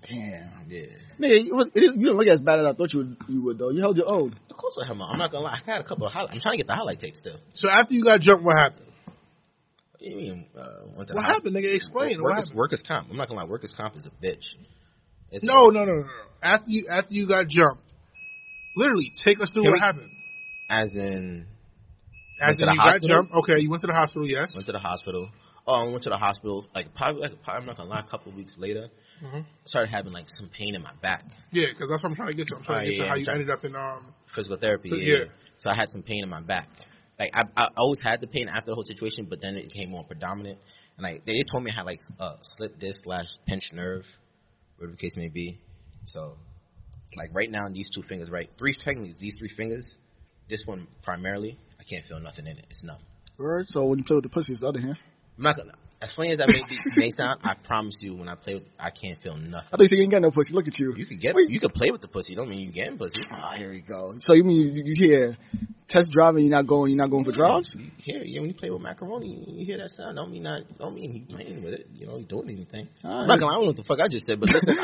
Damn.
Yeah.
Nigga, you, was, it, you didn't look as bad as I thought you would, you would though. You held your own.
Of course I have my. I'm not gonna lie. I got a couple of highlights. I'm trying to get the highlight tape still.
So after you got jumped, what happened?
What do you mean? Uh, went to
What
high-
happened, nigga? Explain. What
Workers,
happened?
workers comp. I'm not gonna lie. Workers comp is a bitch. It's
No, no, no, no, no. After you, after you got jumped, literally take us through
Can
what
we-
happened.
as in
After
to the
you
hospital?
got jumped, okay, you went to the hospital. Yes.
went to the hospital. Oh, I went to the hospital like probably like probably, I'm not gonna lie. A couple of weeks later,
Mhm.
started having like some pain in my back.
Yeah, because that's what I'm trying to get to. I'm trying
Oh,
to get
yeah,
to how
I'm
you
trying-
ended up in um.
Physical therapy.
Yeah.
Yeah. yeah. So I had some pain in my back. Like I, I always had the pain after the whole situation, but then it became more predominant. And like they told me I had like uh, slip disc slash pinched nerve, whatever the case may be. So like right now, these two fingers, right, three technically these three fingers, this one primarily, I can't feel nothing in it. It's numb.
Word. So when you play with the pussy, it's the other hand.
I'm not gonna. As funny as that may, be, may sound, I promise you, when I play, with, I can't feel
I
nothing.
thought you said you ain't got no pussy. Look at you.
You could get,
Wait.
you could play with the pussy. Don't mean you getting pussy.
Ah, here we go. So you mean you, you hear test driving? You're not going. You're not going for drives.
You hear, you know, when you play with macaroni, you hear that sound. Don't mean not, don't mean he playing with it. You know, he doing anything. I'm not gonna. I don't know what the fuck I just said, but
(laughs)
listen,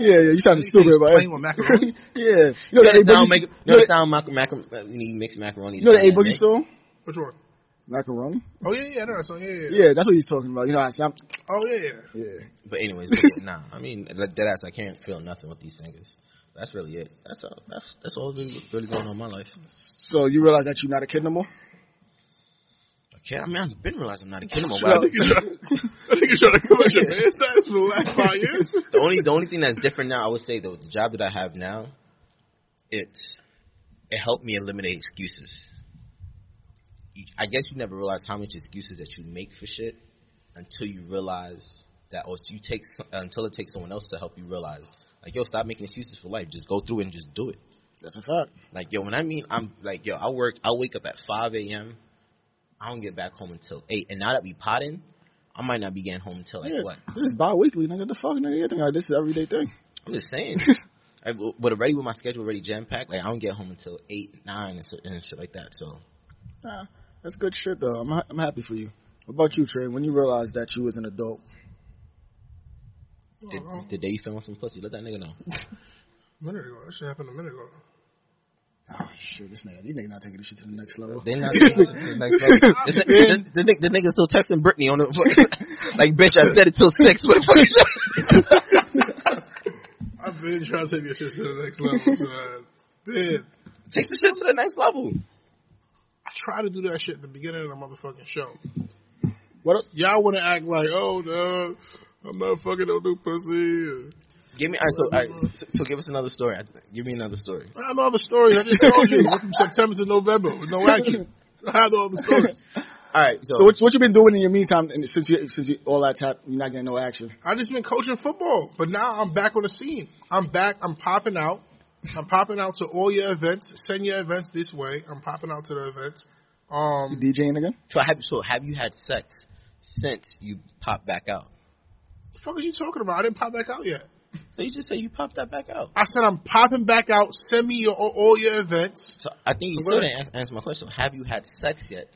yeah, yeah. You sounding stupid,
He's
right?
playing with (laughs) macaroni.
yeah. You know
that
that a
sound
boogie.
make,
you
no
know
that
that-
sound mac, mac, when you mix macaroni.
you know that a
sound
boogie
make-
song,
Which one?
macaroni.
Oh yeah, yeah, I know that song. Yeah, yeah. yeah.
Yeah, that's what he's talking about. You know, I sound.
Oh yeah, yeah.
Yeah.
But anyways, but
(laughs)
yeah, nah. I mean, that dead ass. I can't feel nothing with these fingers. That's really it. That's all. That's that's all really, really going on in my life.
So you realize that you're not a kid no more.
I can't. I mean, I've been realizing I'm not a kid no more.
Shut
but I
up.
think-
I think you trying to come at your man's ass for the last five (laughs) years.
the only the only thing that's different now, I would say, though, the job that I have now, it's it helped me eliminate excuses. You- I guess you never realize how much excuses that you make for shit until you realize that, or you take so- until it takes someone else to help you realize, like, yo, stop making excuses for life. Just go through it and just do it.
That's a fact.
Like, yo, when I mean I'm like, yo, I work, I wake up at 5 a.m. I don't get back home until 8. And now that we potting, I might not be getting home until like
Yeah,
what?
This is bi-weekly, nigga. The fuck, nigga. You think like, this is everyday thing?
I'm just saying. I, but already with my schedule already jam packed, like I don't get home until eight, nine, and, so, and shit like that. So
Nah, that's good shit though. I'm ha- I'm happy for you. What about you, Trey? When you realized that you was an adult,
the, the day you feeling some pussy, let that nigga know.
A minute ago. That shit happened a minute ago.
oh shit, this nigga, these niggas not taking this shit to the next level.
They
(laughs)
not this nigga, this, nigga- the, nigga- the nigga still texting Brittany on the like, bitch, I said it till six. What the fuck? is that?"
I've been trying to take this shit to the next level, son. Dude,
Take the shit to the next level.
I try to do that shit at the beginning of the motherfucking show.
What? up-
Y'all want to act like, oh no, I'm not fucking no new pussy.
Give me, all right, so, all right, so, so give us another story. Give me another story.
I have all the stories. I just
(laughs)
told you. It went from September to November with no action. I have all the stories.
All right,
So what, what you been doing in your meantime and since you since you all that's happened, you're not getting no action.
I just been coaching football, but now I'm back on the scene. I'm back. I'm popping out. I'm popping out to all your events. Send your events this way. I'm popping out to the events.
You
Um,
DJing again?
So have so have you had sex since you popped back out?
the fuck is you talking about? I didn't pop back out yet.
So you just say you popped that back out.
I said I'm popping back out. Send me your all your events.
So I think you still didn't an- answer my question. Have you had sex yet?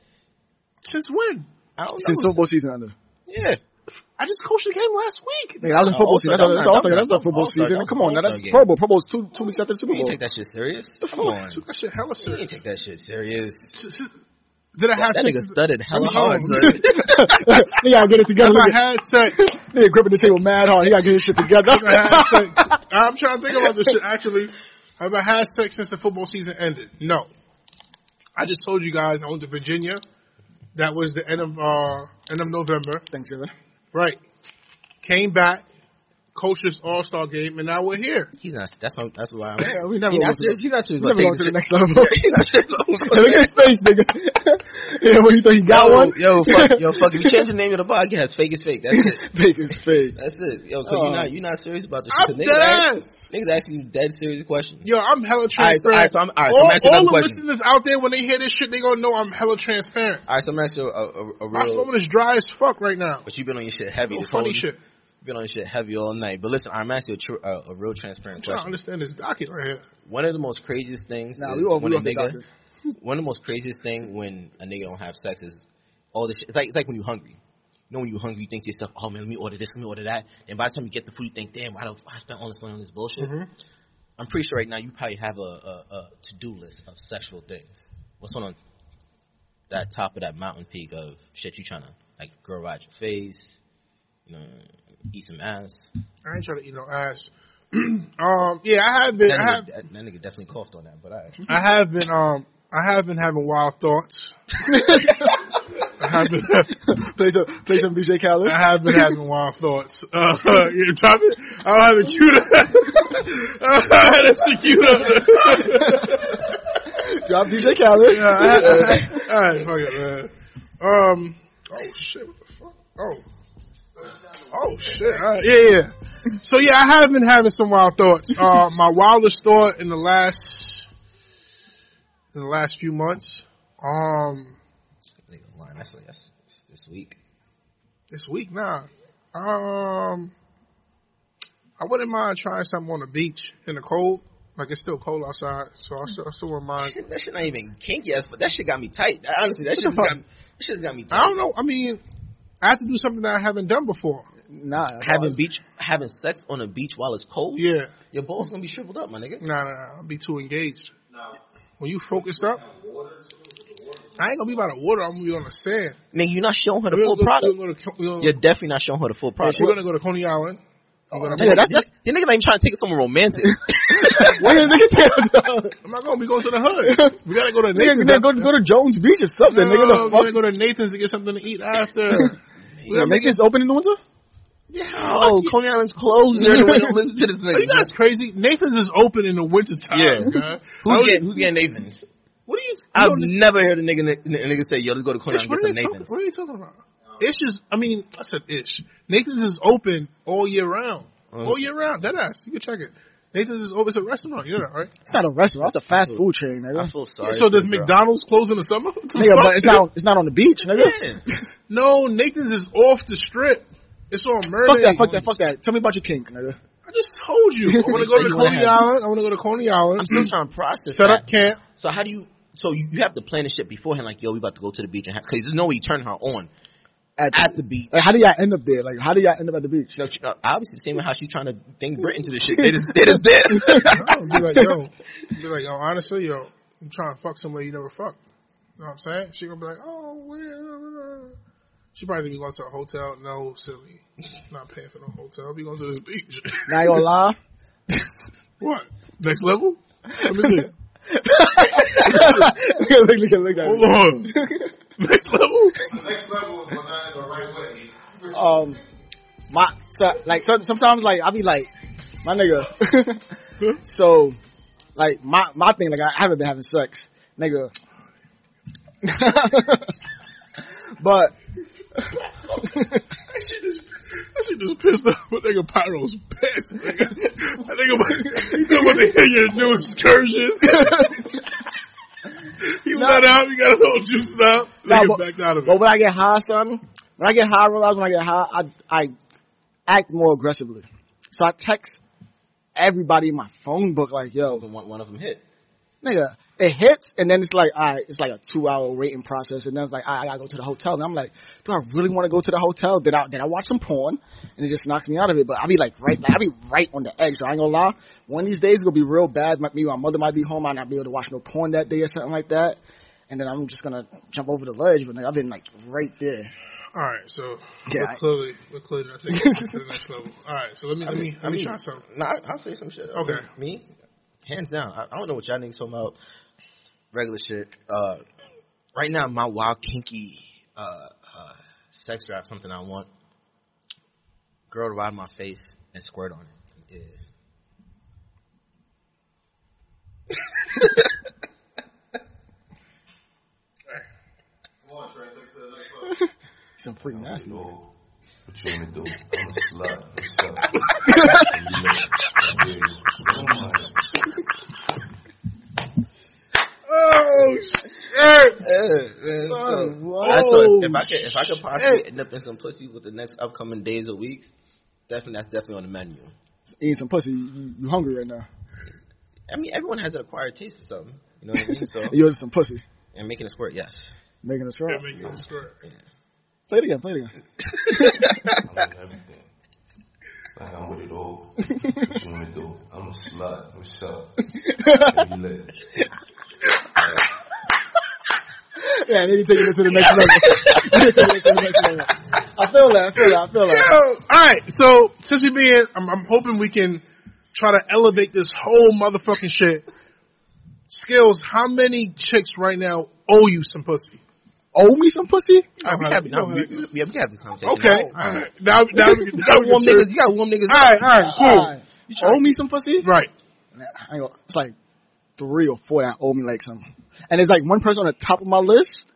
Since when?
I don't
Since
know.
football season ended.
yeah.
I just coached the game last week.
Nigga, that was in football
Oh,
season.
All-Star
That's,
game.
that's, all that's,
All-Star
that's football
game.
season. Come on, now that's
All-Star game.
Pro Bowl. Pro Bowl's two two weeks after the Super
You
Bowl.
take that shit serious? Come
I
on.
took that shit
You
hella serious.
take that shit serious.
Did I have
That (laughs)
sex?
nigga studded hella
(laughs)
I'm
hard.
home.
son.
they gotta get it together.
If
Look
I
at,
had sex,
(laughs) nigga gripping the table mad hard. He gotta get his shit together.
if I had
(laughs)
sex, I'm trying to think about this shit actually. Have I had sex since the football season ended? No. I just told you guys I went to Virginia. That was the end of uh end of November.
Thanksgiving.
Right. Came back, coached this all star game, and now we're here.
He's not. That's why. That's why. I'm,
Yeah, we never
he's not
going to the-
serious. He's not serious.
we
about
never
taking
going to the
the shit.
next
(laughs)
level.
He's not serious.
Yeah, (laughs) Look at his face, nigga. (laughs) yeah, what you think he got
Yo,
one?
yo, fuck, yo, fuck. If you change the name of the podcast, fake is fake. That's it.
(laughs) Fake is fake.
That's it. Yo, because
Oh.
you're not you're not serious about this.
I'm
shit. 'Cause niggas,
dead
ask-
ass.
niggas asking you dead serious questions.
Yo, I'm hella
Alright, so, alright,
transparent.
so I'm, alright, so I'm asking
all
another
all the
question.
listeners out there, when they hear this shit, they gonna know I'm hella transparent.
Alright, so I'm asking you a, a, a
My
real,
phone is dry as fuck right now.
but you've been on your shit heavy.
No
This
funny
whole-
shit.
Been on your shit heavy all night. But listen, I'm asking you a, tr- a, a real
I'm
transparent
trying
question.
to understand this docket right here.
One of the most craziest things
Nah,
is
we all-
when
we
a
all think (laughs)
nigga, one of the most craziest thing when a nigga don't have sex is all this shit. It's like, it's like when you're hungry. You know when you're hungry, you think to yourself, oh man, let me order this, let me order that. And by the time you get the food, you think, damn, why do I spent all this money on this bullshit?
Mm-hmm.
I'm pretty sure right now you probably have a, a, a to-do list of sexual things. What's on that top of that mountain peak of shit you trying to, like, girl ride your face, you know, eat some ass.
I ain't trying to eat no ass. um, yeah, I have been.
That,
I have,
nigga, that, that nigga definitely coughed on that, but I.
I have been. Um, I have been having
(laughs)
wild thoughts. (laughs) I have been.
play some, play some DJ Khaled.
I have been having wild thoughts. (laughs) Uh, you drop it. I'm having chewed up. (laughs) I had a chewed up.
Drop DJ Khaled.
(laughs) Yeah, I had- I had- all right, fuck it, man. Um. Oh shit! What the fuck? Oh. Oh shit! All right, yeah, yeah. So yeah, I have been having some wild thoughts. Uh, my wildest thought in the last in the last few months. Um,
Nigga lying. That's what that's that's this week.
this week now. Um, I wouldn't mind trying something on the beach in the cold. Like it's still cold outside, so I still, I still wouldn't mind.
Shit, that shit not even kinky ass, but that shit got me tight. That- honestly, that shit just got me. That shit just got me tight.
I don't know. I mean, I have to do something that I haven't done before.
(laughs) Nah, that's
Having
all.
beach, having sex on a beach while it's cold.
Yeah.
Your balls gonna be shriveled up, my nigga.
Nah, nah, nah. I'll be too engaged. When you focused up, I ain't gonna be by the water. I'm gonna be on the sand.
Nigga, you're not showing her the
We're
full
gonna, go, we're,
product.
gonna, go to- we're, gonna,
You're definitely not showing her the full product.
we're gonna go to Coney Island. We're gonna-
nigga, that's-
Your nigga not even trying to take it somewhere (laughs) romantic.
Where is nigga
(laughs)
Khaled?
I'm not gonna be going to the
(laughs)
hood. We gotta go to Nathan's.
Nigga, nigga, go, go to Jones Beach or something.
no,
nigga, the fuck?
we gotta go to Nathan's to get something to eat after. We
Yeah,
gotta make it-
niggas open in the winter?
oh, Coney Island's closed. There's no way to listen to this
Are
nigga.
you guys crazy? Nathan's is open in the wintertime.
Yeah.
Yeah.
who's, getting, who's getting Nathan's?
What are you? you
I've
don't-
never heard a nigga, nigga, nigga say, yo, let's go to Coney
Ish,
Island
what, are
and
they
get some
talking,
Nathan's.
what are you talking about? Ish is, I mean, I said ish. Nathan's is open all year round.
Oh.
All year round. That ass. You can check it. Nathan's is open. It's a restaurant. You know that, right?
It's not a restaurant. It's a fast
food.
food chain, nigga.
Oh, I feel sorry.
so
for
does
the girl.
McDonald's close in the summer? What the
Nigga,
fuck?
but it's not, it's not on the beach, nigga.
Yeah.
No, Nathan's is off the strip. It's on murder.
Fuck that, fuck
Inc.
that, fuck that. Tell me about your kink, nigga.
I just told you. I want to go
(laughs) You
to
wanna
Coney
have-
Island. I want to go to Coney Island.
I'm still trying to process
set
that.
up camp.
So how do you? So you, you have to plan this shit beforehand. Like, yo, we about to go to the beach and because there's no way you turn her on at, the beach.
Like, how do y'all end up there? Like, how do y'all end up at the beach?
(laughs)
No, she, uh, obviously, the same way how she's trying to think Britain to this shit. They just, they just
(laughs)
did.
I'll be
(laughs)
like, yo, be like, yo, honestly, yo, I'm trying to fuck somewhere you never fucked. You know what I'm saying? She gonna be like, oh, where? She probably be going to a hotel. No, silly, not paying for no hotel. Be going to this beach. (laughs)
Now you gonna lie? (laughs)
what? Next level? (laughs) Let me see.
look, look, look, look at
Hold
me.
on. Next level?
The next level was not in the right way.
Um, my so, like some, sometimes like I be like, my nigga. (laughs) so, like my my thing like I haven't been having sex, nigga. (laughs) but
That shit just, that shit just pissed off. That nigga Pyro's pissed. Nigga. I think about, he's talking about to hear your new excursion. (laughs) he let out. He got a little juiced up.
Nah,
Nigga
but-
backed out of it.
but when I get high, son, when I get high, I realize when I get high, I I act more aggressively. So I text everybody in my phone book like, yo,
one, one of them hit.
nigga, it hits, and then it's like, all right, it's like a two hour waiting process, and then it's like, all right, I gotta go to the hotel, and I'm like, do I really want to go to the hotel? Did I did I watch some porn? And it just knocks me out of it. But I be like, right, like, I be right on the edge. I ain't gonna lie. One of these days, it's gonna be real bad. My- Me, my mother might be home. I might not be able to watch no porn that day or something like that. And then I'm just gonna jump over the ledge, but like, I've been like right there.
All right, so
Yeah,
we're
I-
clearly we're clearly not taking it to the next level. All right, so let me let me let me try something.
No, I, I'll say some shit.
Okay.
Me, hands down. I, I don't know what y'all niggas talking about. Regular shit. Uh, right now, my wild kinky uh, uh, sex drive, something I want. Girl to ride my face and squirt on it. Yeah.
Come on, Trey, take it to the next level.
Some pretty nasty. nigga.
What you want me to do? I'm a slut. What's up? You know, I'm real.
Oh shit!
Yeah, man.
Oh,
so, that's what, if
whoa,
I could, if I could possibly end up in some pussy with the next upcoming days or weeks, definitely that's definitely on the menu.
Eating some pussy. You, you- you hungry right now?
I mean, everyone has an acquired taste for something, you know what I mean?
(laughs)
(laughs)
So,
You eating some pussy?
and making a squirt, yes.
Making us strong.
Can't make it squirt.
Play it again. Play it again. (laughs)
I'm with everything. Like I'm with it all. What you want me to do? I'm a slut. What's up? You lit.
Yeah, nigga taking this to the next level. (laughs) Nigga taking this to the next level. I feel that. I feel that. I feel that.
Yo, all right, so since we being, I'm, I'm hoping we can try to elevate this whole motherfucking shit. Skills, how many chicks right now owe you some pussy?
Owe me some pussy?
All right, we
how
can
that-
have,
you
no,
know how
we,
that goes.
we- yeah, we can have this conversation.
Okay, all right. Now, now, we can-
You
now
got
we can
warm
turn-
niggas. You got warm niggas.
All right, all right, cool.
Alright. Owe me some pussy?
Right.
Nah, I ain't gonna- It's like three or four that owe me like some. And it's like one person on the top of my list.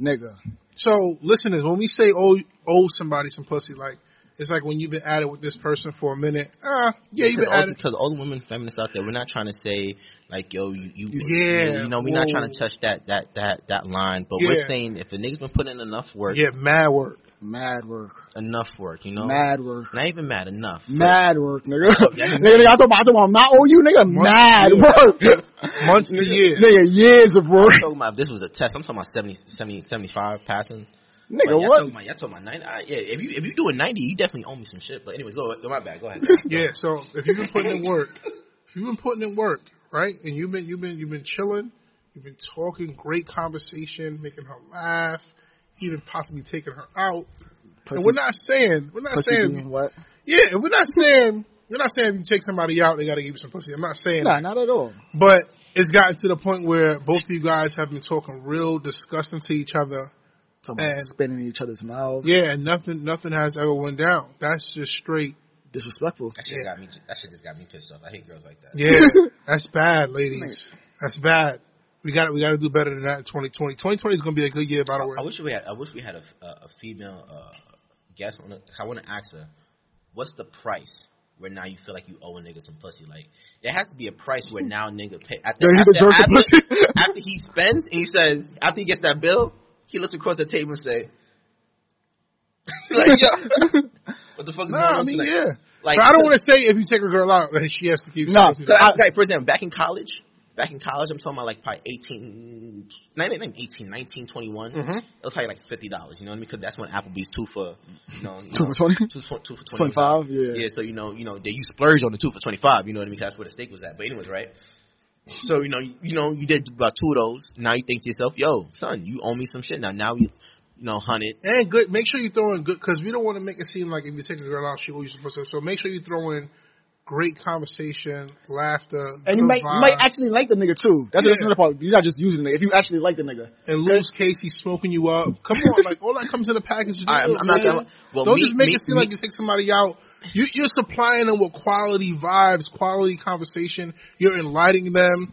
Nigga.
So, listeners, when we say owe, owe somebody some pussy, like, it's like when you've been at it with this person for a minute. Ah, yeah, you've been at it.
because all the women feminists out there, we're not trying to say like, yo, you, you,
Yeah,
you know, we're not
whoa.
trying to touch that that that that line. But
Yeah.
we're saying if a nigga's been putting in enough work,
Yeah, mad work.
Mad work.
enough work, you know,
Mad work.
not even mad enough.
Mad work, nigga.
yeah.
(laughs) nigga, nigga, I talk about, I talk about, not owe you, nigga. Mad
(laughs) yeah.
work.
Months to years.
Nigga, years of work.
I'm talking about if this was a test. I'm talking about 70, 70 75 passing. Like,
Nigga,
y'all
what?
Talking about, y'all talking about 90. I, yeah, if you if you doing 90, you definitely owe me some shit. But anyways, go, go my bad. Go ahead.
Yeah, so if you've been putting in work, if you've been putting in work, right, and you've been you've been you've been chilling, you've been talking great conversation, making her laugh, even possibly taking her out.
Pussy,
and we're not saying we're not
pussy
saying
doing what?
yeah, and we're not saying we're not saying if you take somebody out, they got to give you some pussy. I'm not saying,
Nah,
that.
not at all.
but it's gotten to the point where both of you guys have been talking real disgusting to each other.
Talking about
And-
spinning each other's mouths.
Yeah, and nothing nothing has ever went down. That's just
(laughs)
straight.
Disrespectful.
That shit got me. That shit just got me pissed off. I hate girls like that.
Yeah, that's bad, ladies. That's bad. We got to we got to do better than that in 2020. 2020 is going to be a good year, by the way.
I wish we had. I wish we had a, a, a female uh, guest on. it. I want to ask her, what's the price where now you feel like you owe a nigga some pussy? Like there has to be a price where now nigga pay after
Yo, he
after,
deserves
(laughs)
some
after,
pussy.
after he spends and he says after he gets that bill, he looks across the table and say, (laughs) like,
(laughs)
yo, what the fuck is going
Nah,
on
I mean,
tonight?
yeah.
Like,
But I don't want to say if you take a girl out (laughs) that she has to keep.
No,
staying with you.
Cause I, like, for example, back in college, back in college, I'm talking about like probably 18, 19, 18, 19, 21.
Mm-hmm.
It was probably like $50, you know what I mean? Because that's when Applebee's two for, you know, you
Two
know,
for 20?
Two, for- two for 20.
25, yeah.
Yeah, so you know, you know, they you splurge on the two for twenty five. You know what I mean? 'Cause That's where the steak was at. But anyways, right? So you know, you, you know, you did about two of those. Now you think to yourself, "Yo, son, you owe me some shit." Now, now you, you know, hunted.
And good. Make sure you throw in good because we don't want to make it seem like if you take a girl out, she always supposed to. So make sure you throw in great conversation, laughter,
And you
good
might
vibe.
you might actually like the nigga too. That's, that's
Yeah.
another part. You're not just using the nigga. If you actually like the nigga,
and lose case, he's smoking you up. Come on, like all that comes in a package.
All right, I'm-
deal,
I'm not
man.
gonna- well,
don't
me-
just make
me-
it seem
me-
like you take somebody out. You, you're supplying them with quality vibes, quality conversation. You're enlightening them.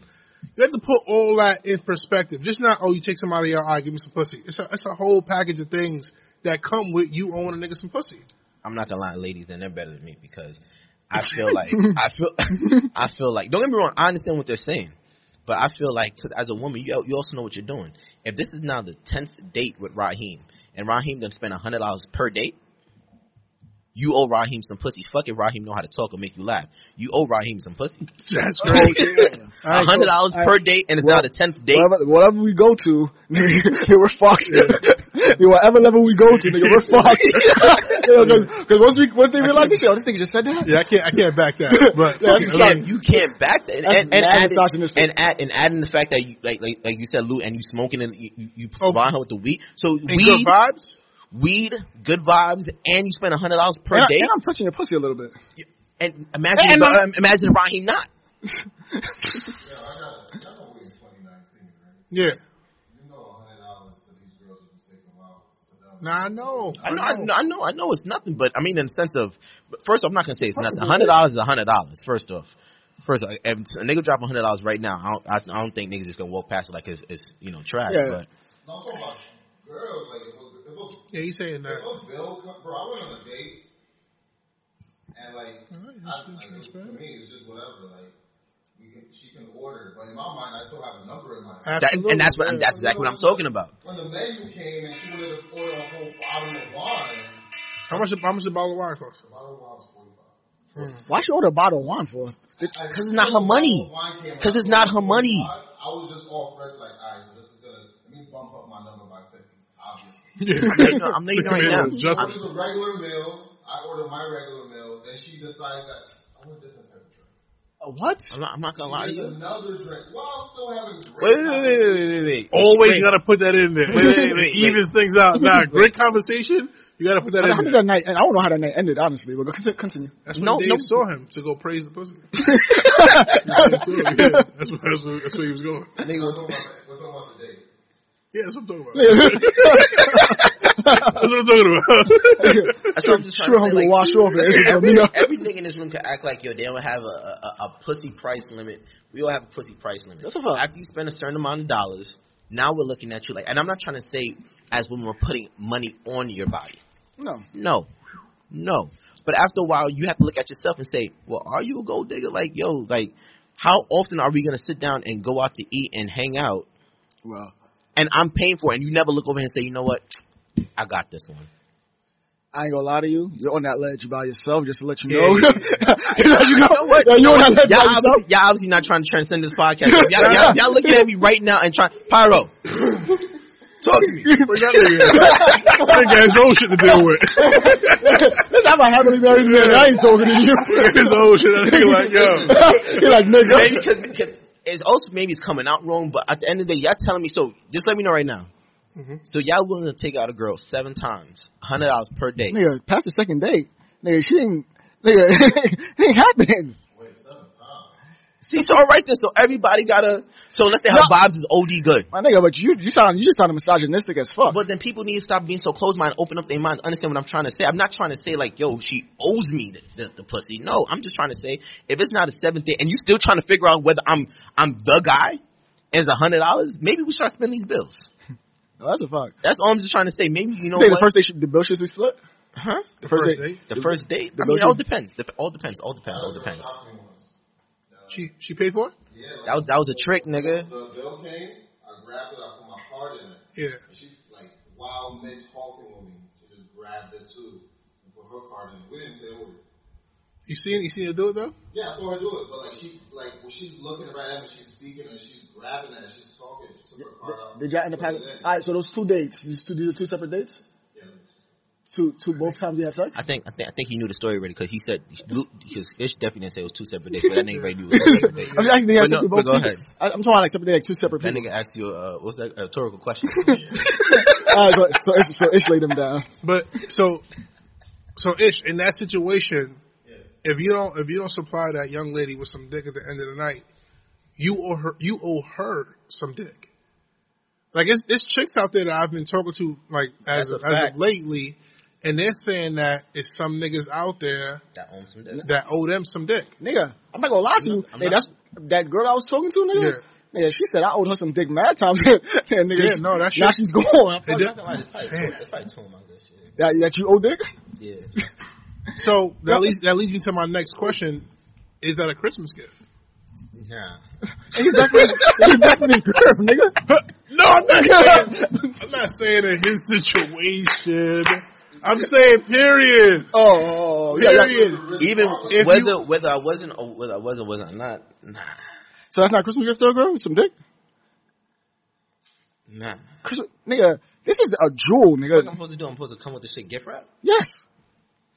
You have to put all that in perspective. Just not oh, you take somebody out. All right, give me some pussy. It's a it's a whole package of things that come with you owing a nigga some pussy.
I'm not gonna lie, ladies, then they're better than me because
(laughs)
I feel like I feel (laughs) I feel like don't get me wrong, I understand what they're saying, but I feel like 'cause as a woman, you you also know what you're doing. If this is now the tenth date with Raheem and Raheem done spend hundred dollars per date, you owe Raheem some pussy. Fuck if Raheem know how to talk or make you laugh. You owe Raheem some pussy.
That's
(laughs)
A hundred dollars
All right.
per date, and it's now the tenth date.
whatever, whatever we go to, (laughs) nigga, we're fucked. (laughs) Whatever level we go to, nigga, we're (laughs) fucked. Because once we once they realize this shit, oh, this nigga just said that.
Yeah, I can't I can't back
(laughs)
that. But
Yeah,
you
I'm sorry.
can't, you can't back that, and
That's
and, and,
mad
adding,
misogynistic.
and, add, and adding the fact that you like like like you said, Lou, and you smoking and you you, you
Oh.
surround her with the weed. So
and good
weed,
vibes.
weed, good vibes, and you spend a hundred dollars per
and, I,
day.
and I'm touching your pussy a little bit.
And, imagine
And
if,
I'm-
um, imagine if Raheem not.
Yeah, I got it. Y'all know we're in 2019, right?
Yeah.
You know $100 to these girls would be taking while for them.
Nah, I know.
I know, I know, I know, I know it's nothing, but I mean in the sense of first off, I'm not gonna say it's nothing. A hundred dollars is a hundred dollars. First off, first off, if a nigga drop a hundred dollars right now, I don't, I, I don't think niggas just gonna walk past it like it's, it's you know trash.
Yeah.
But
No, I'm talking about girls. Like, if a, if a,
Yeah, he's saying
if
that.
a bill come, bro, I went on a date. And, like,
Alright,
I,
that's
I,
good,
for me, it's just whatever. Like, we can, she can order. But in my mind, I still have a number in my head.
that, and that's what
Absolutely,
that's exactly what I'm talking about.
When the menu came and she wanted to order a whole bottle of wine,
How much? How much the bottle of wine (laughs) cost?
the bottle of wine was 45
Why should order a bottle of wine for?
Because
it's not her money. 'Cause it's not her money.
I, I was just off red, like, alright, so this is gonna, let me bump up my number by 50, obviously.
Yeah, you know, I'm letting you know right now.
(laughs) Just-
It was a regular meal, I ordered my regular meal, then she decides that, I want a different type of drink.
A What?
I'm not, I'm not gonna lie to
She
you.
gets another drink, while still having great
Wait, wait,
time.
wait, wait, wait, wait.
Oh,
Always
Wait.
you gotta put that in there.
Wait, wait, wait,
It evens things out. Nah, great conversation. You gotta put that
But How
in
did
there.
that night? And I don't know how that night ended, honestly. But con- continue.
That's when
No,
Dave
no.
(laughs)
saw him to go praise the pussy. that's, where, that's, where, that's where he was going.
We're talking about- we're talking about the date.
Yeah, that's what I'm talking about. That's what I'm
(laughs)
talking about. (laughs)
That's what I'm just trying
Sure,
to
I'm
say.
gonna
Like,
wash off. man. It's gonna
every, (laughs)
be up.
every nigga in this room could act like yo, they don't have a, a, a pussy price limit. We all have a pussy price limit.
That's a fact.
After you spend a certain amount of dollars, now we're looking at you like, and I'm not trying to say as women we're putting money on your body.
No.
No, no. But after a while, you have to look at yourself and say, well, are you a gold digger? Like yo, like how often are we gonna sit down and go out to eat and hang out?
Well,
And I'm paying for it, and you never look over here and say, you know what? I got this one.
I ain't gonna lie to you. You're on that ledge by yourself, just to let you
Yeah,
know.
yeah,
(laughs) you know what? You're on that ledge by
Y'all
yourself.
obviously, y'all obviously not trying to transcend this podcast. Y'all, y'all,
(laughs)
y'all looking at me right now and trying. Pyro, talk to me.
Bring that nigga in.
(laughs)
That nigga has his own shit to deal with.
Listen, I'm a happily married man. I ain't talking to you. (laughs)
(laughs) his own shit. That nigga like, yo.
You're like,
Maybe
nigga.
because it's also maybe it's coming out wrong, but at the end of the day, y'all telling me so. Just let me know right now.
Mm-hmm.
So y'all willing to take out a girl seven times, hundred dollars per day?
Nigga, past the second date. Nigga, she ain't, nigga, (laughs) it ain't happening.
See, so all right then. So everybody gotta. So let's say her vibes is OD good,
My nigga, but you, you sound, you just sound misogynistic as fuck.
but then people need to stop being so closed minded, open up their minds, understand what I'm trying to say. I'm not trying to say like, yo, she owes me the, the, the pussy. No, I'm just trying to say if it's not a seventh day and you still trying to figure out whether I'm I'm the guy. Is a hundred dollars? Maybe we start spending these bills.
Oh, that's a fuck.
That's all I'm just trying to say. Maybe you know
You think
what?
the first day, should- the bill should be split?
huh?
The
First
first
date.
date?
The first date? I
The
mean, it
motion-
all depends. Dep- all depends. All depends. All depends.
She, she paid for it?
That was that was a trick, nigga.
The bill came, I grabbed it, I put my card in it.
Yeah.
She like wild mid talking with me. She just grabbed grabbed it too and put her card in. We didn't say a word.
You seen you seen her do it though?
Yeah, I saw her do it, but like she like when she's looking right at him, she's speaking and she's grabbing at it, she's talking. She took her card out.
Did y'all end up
put
having?
it in.
All right, so those two dates. These two, these are two separate dates.
Yeah.
Two, two both times you had sex.
I think I think I think he knew the story already because he said Luke because Ish definitely didn't say it was two separate days, but that nigga already knew it was two separate days.
(laughs) I'm just asking
But
you guys
no,
separate
but
both.
go
people.
ahead.
I, I'm talking like separate like two separate
That
people.
nigga asked you uh, what's that a rhetorical question?
All right, so so Ish, so Ish laid him down.
But so so Ish, in that situation, if you don't if you don't supply that young lady with some dick at the end of the night, you owe her you owe her some dick. Like it's it's chicks out there that I've been talking to like as
That's a
of, as
fact.
of lately, and they're saying that it's some niggas out there
that owns some dick.
that owe them some dick.
Nigga, I'm not gonna lie to you.
I'm
Hey,
not-
that's that girl I was talking to, nigga. Nigga, she said I owed her some dick mad times. (laughs) and nigga,
Yeah,
she-
no, that
now
shit-
she's gone.
They did-
It's probably
Man.
two- it's probably two of my good shit.
That, that you owe dick?
Yeah.
So that leads that leads me to my next question: Is that a Christmas gift?
Nah.
He's definitely, he's definitely girl, nigga.
No,
(laughs)
I'm not saying. I'm not saying in his situation. I'm saying period.
Oh, yeah, yeah.
Period.
Even
If
whether
you-
whether I wasn't or whether I wasn't was I not nah
So that's not Christmas gift though, girl. Some dick,
nah.
Christmas, nigga. This is a jewel,
What am I
nigga.
supposed to do? I'm supposed to come with this shit gift wrap?
Yes.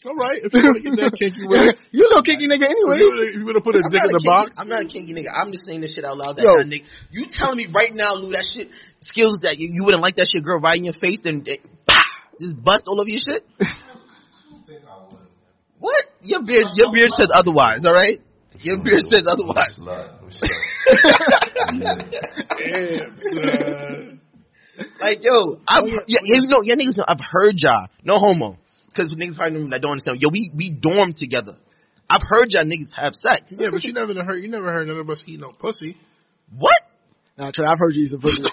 All right, if you want to get that
(laughs)
kinky with it,
you little kinky nigga, anyways.
if you would have put a dick
not
in
a
the
kinky-
box.
I'm not a kinky nigga. I'm just saying this shit out loud. That
Yo.
kind of nigga. You telling me right now, Lou, that shit skills that you, you wouldn't like that shit girl right in your face, then they- pow, just bust all over your shit. (laughs) what? Your beard, your beard says otherwise. All right, your beard says otherwise. (laughs)
I'm a slut. What's up? Yeah.
Damn, son.
Like yo,
Oh,
I've, yeah, yeah, you know, your niggas. know, I've heard y'all. No homo, because niggas probably don't- that don't understand. Yo, we we dorm together. I've heard y'all niggas have sex.
Yeah, but you never done heard. You never heard none of us eat no pussy.
What?
Nah, Trey, I've heard you eat some pussy. (laughs)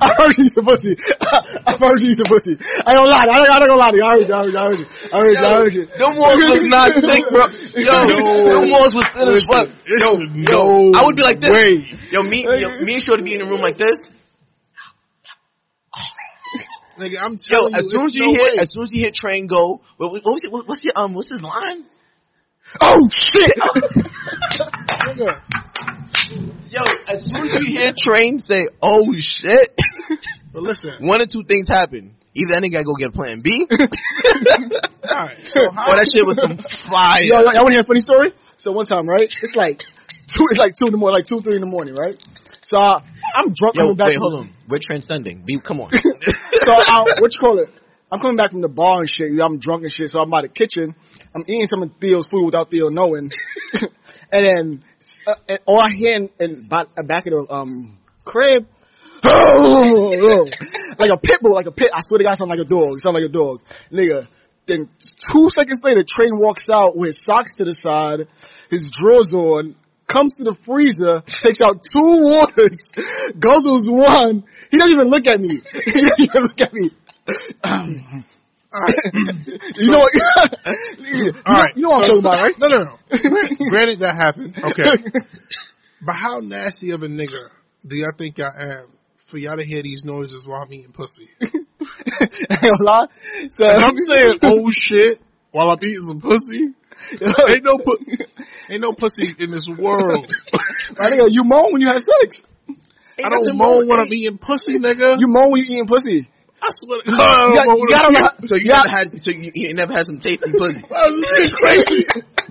I've heard you eat some pussy. (laughs) I've heard you eat some pussy. I don't lie. I don't, I don't gonna lie to you. I heard you. I heard you. I heard you. I heard you. I heard you.
Them walls was
(laughs)
not thick, bro. Yo,
No.
them walls was thin as fuck.
Yo,
Yo, I would be like this.
Way.
(laughs)
(laughs)
Yo, me, yo, me and Shorty be in the room like this.
Nigga, I'm
Yo,
telling
as
you,
soon as
it's
you
no
hear,
way.
as soon as you hear train go, what, what was it, what, what's your um, what's his line?
Oh shit!
nigga,
Yo, as soon as you hear train say, "Oh shit," (laughs)
but listen,
one of two things happen. Either that nigga gotta go get plan
(laughs)
B, or
alright. So how,
that shit was some fire.
Yo, y'all want to hear a funny story? So one time, right? It's like two. It's like two in the morning, like two, three in the morning, right? So uh, I'm drunk
Yo,
coming back.
wait,
from-
hold on. We're transcending. B,
(laughs)
come on.
so uh, what you call it? I'm coming back from the bar and shit. I'm drunk and shit. So I'm by the kitchen. I'm eating some of Theo's food without Theo knowing. (laughs) and then uh, and all I hear in, in by, uh, back of the um, crib, (laughs) like a pit bull, like a pit. I swear to God, I sound like a dog. Sound like a dog, nigga. Then two seconds later, train walks out with his socks to the side, his drawers on, comes to the freezer, takes out two waters, (laughs) guzzles one. He doesn't even look at me. (laughs) He doesn't even look at me. (clears throat) you know what? (laughs) you, know,
alright.
you know what
so-
I'm talking about, right?
No, no, no. Granted, that happened.
(laughs)
Okay. But how nasty of a nigga do y'all think I am for y'all to hear these noises while I'm eating pussy?
(laughs) I ain't gonna lie. So
If I'm saying oh shit while I'm eating some pussy, (laughs) ain't no pu- ain't no pussy in this world.
my nigga, you moan when you have sex.
I don't moan when I'm eating pussy, nigga.
You moan when you eating pussy.
I swear to God, I
You,
don't
got,
moan
you
when I'm
gotta know.
So you
got-
never had, so you, you never had some tasty pussy.
eating crazy.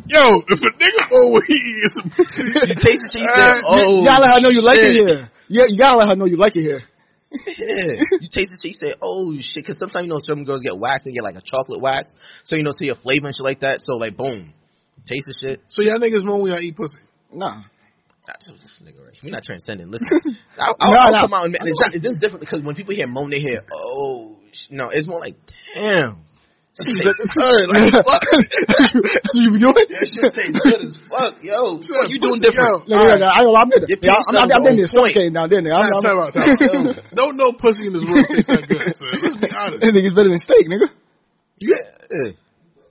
Yo, if a nigga moan when he eating some pussy,
You taste the shit, you
Uh,
said, oh.
(laughs) you gotta let her know you like
shit."
it here. Yeah, you gotta let her know you like it here.
Yeah. You taste the shit, you say, oh shit. Cause sometimes, you know, some girls get wax and get like a chocolate wax. So, you know, to your flavor and shit like that. So, like, boom. Taste the shit.
so y'all niggas moan when y'all eat pussy.
Nah.
That's what this nigga right. We're not transcending. Listen, I'll, I'll,
No,
I'll
no.
come out and and it's, not, it's just different because when people hear moan, they hear, oh, sh-. no, it's more like, damn. That shit tastes good.
(laughs)
Like, fuck.
That's what you be doing?
That shit tastes good as fuck, yo. What you doing different?
No, no, no, I ain't gonna lie, I'm in
Your
there. Yeah, I'm, I'm,
penis
I'm in there.
sounds on point.
Some game down there. nigga. I'm,
Nah, time
(laughs)
I'm,
out, time out. Don't no pussy in this world taste that good. Son. Let's be honest.
(laughs) that nigga's better than steak, nigga.
Yeah.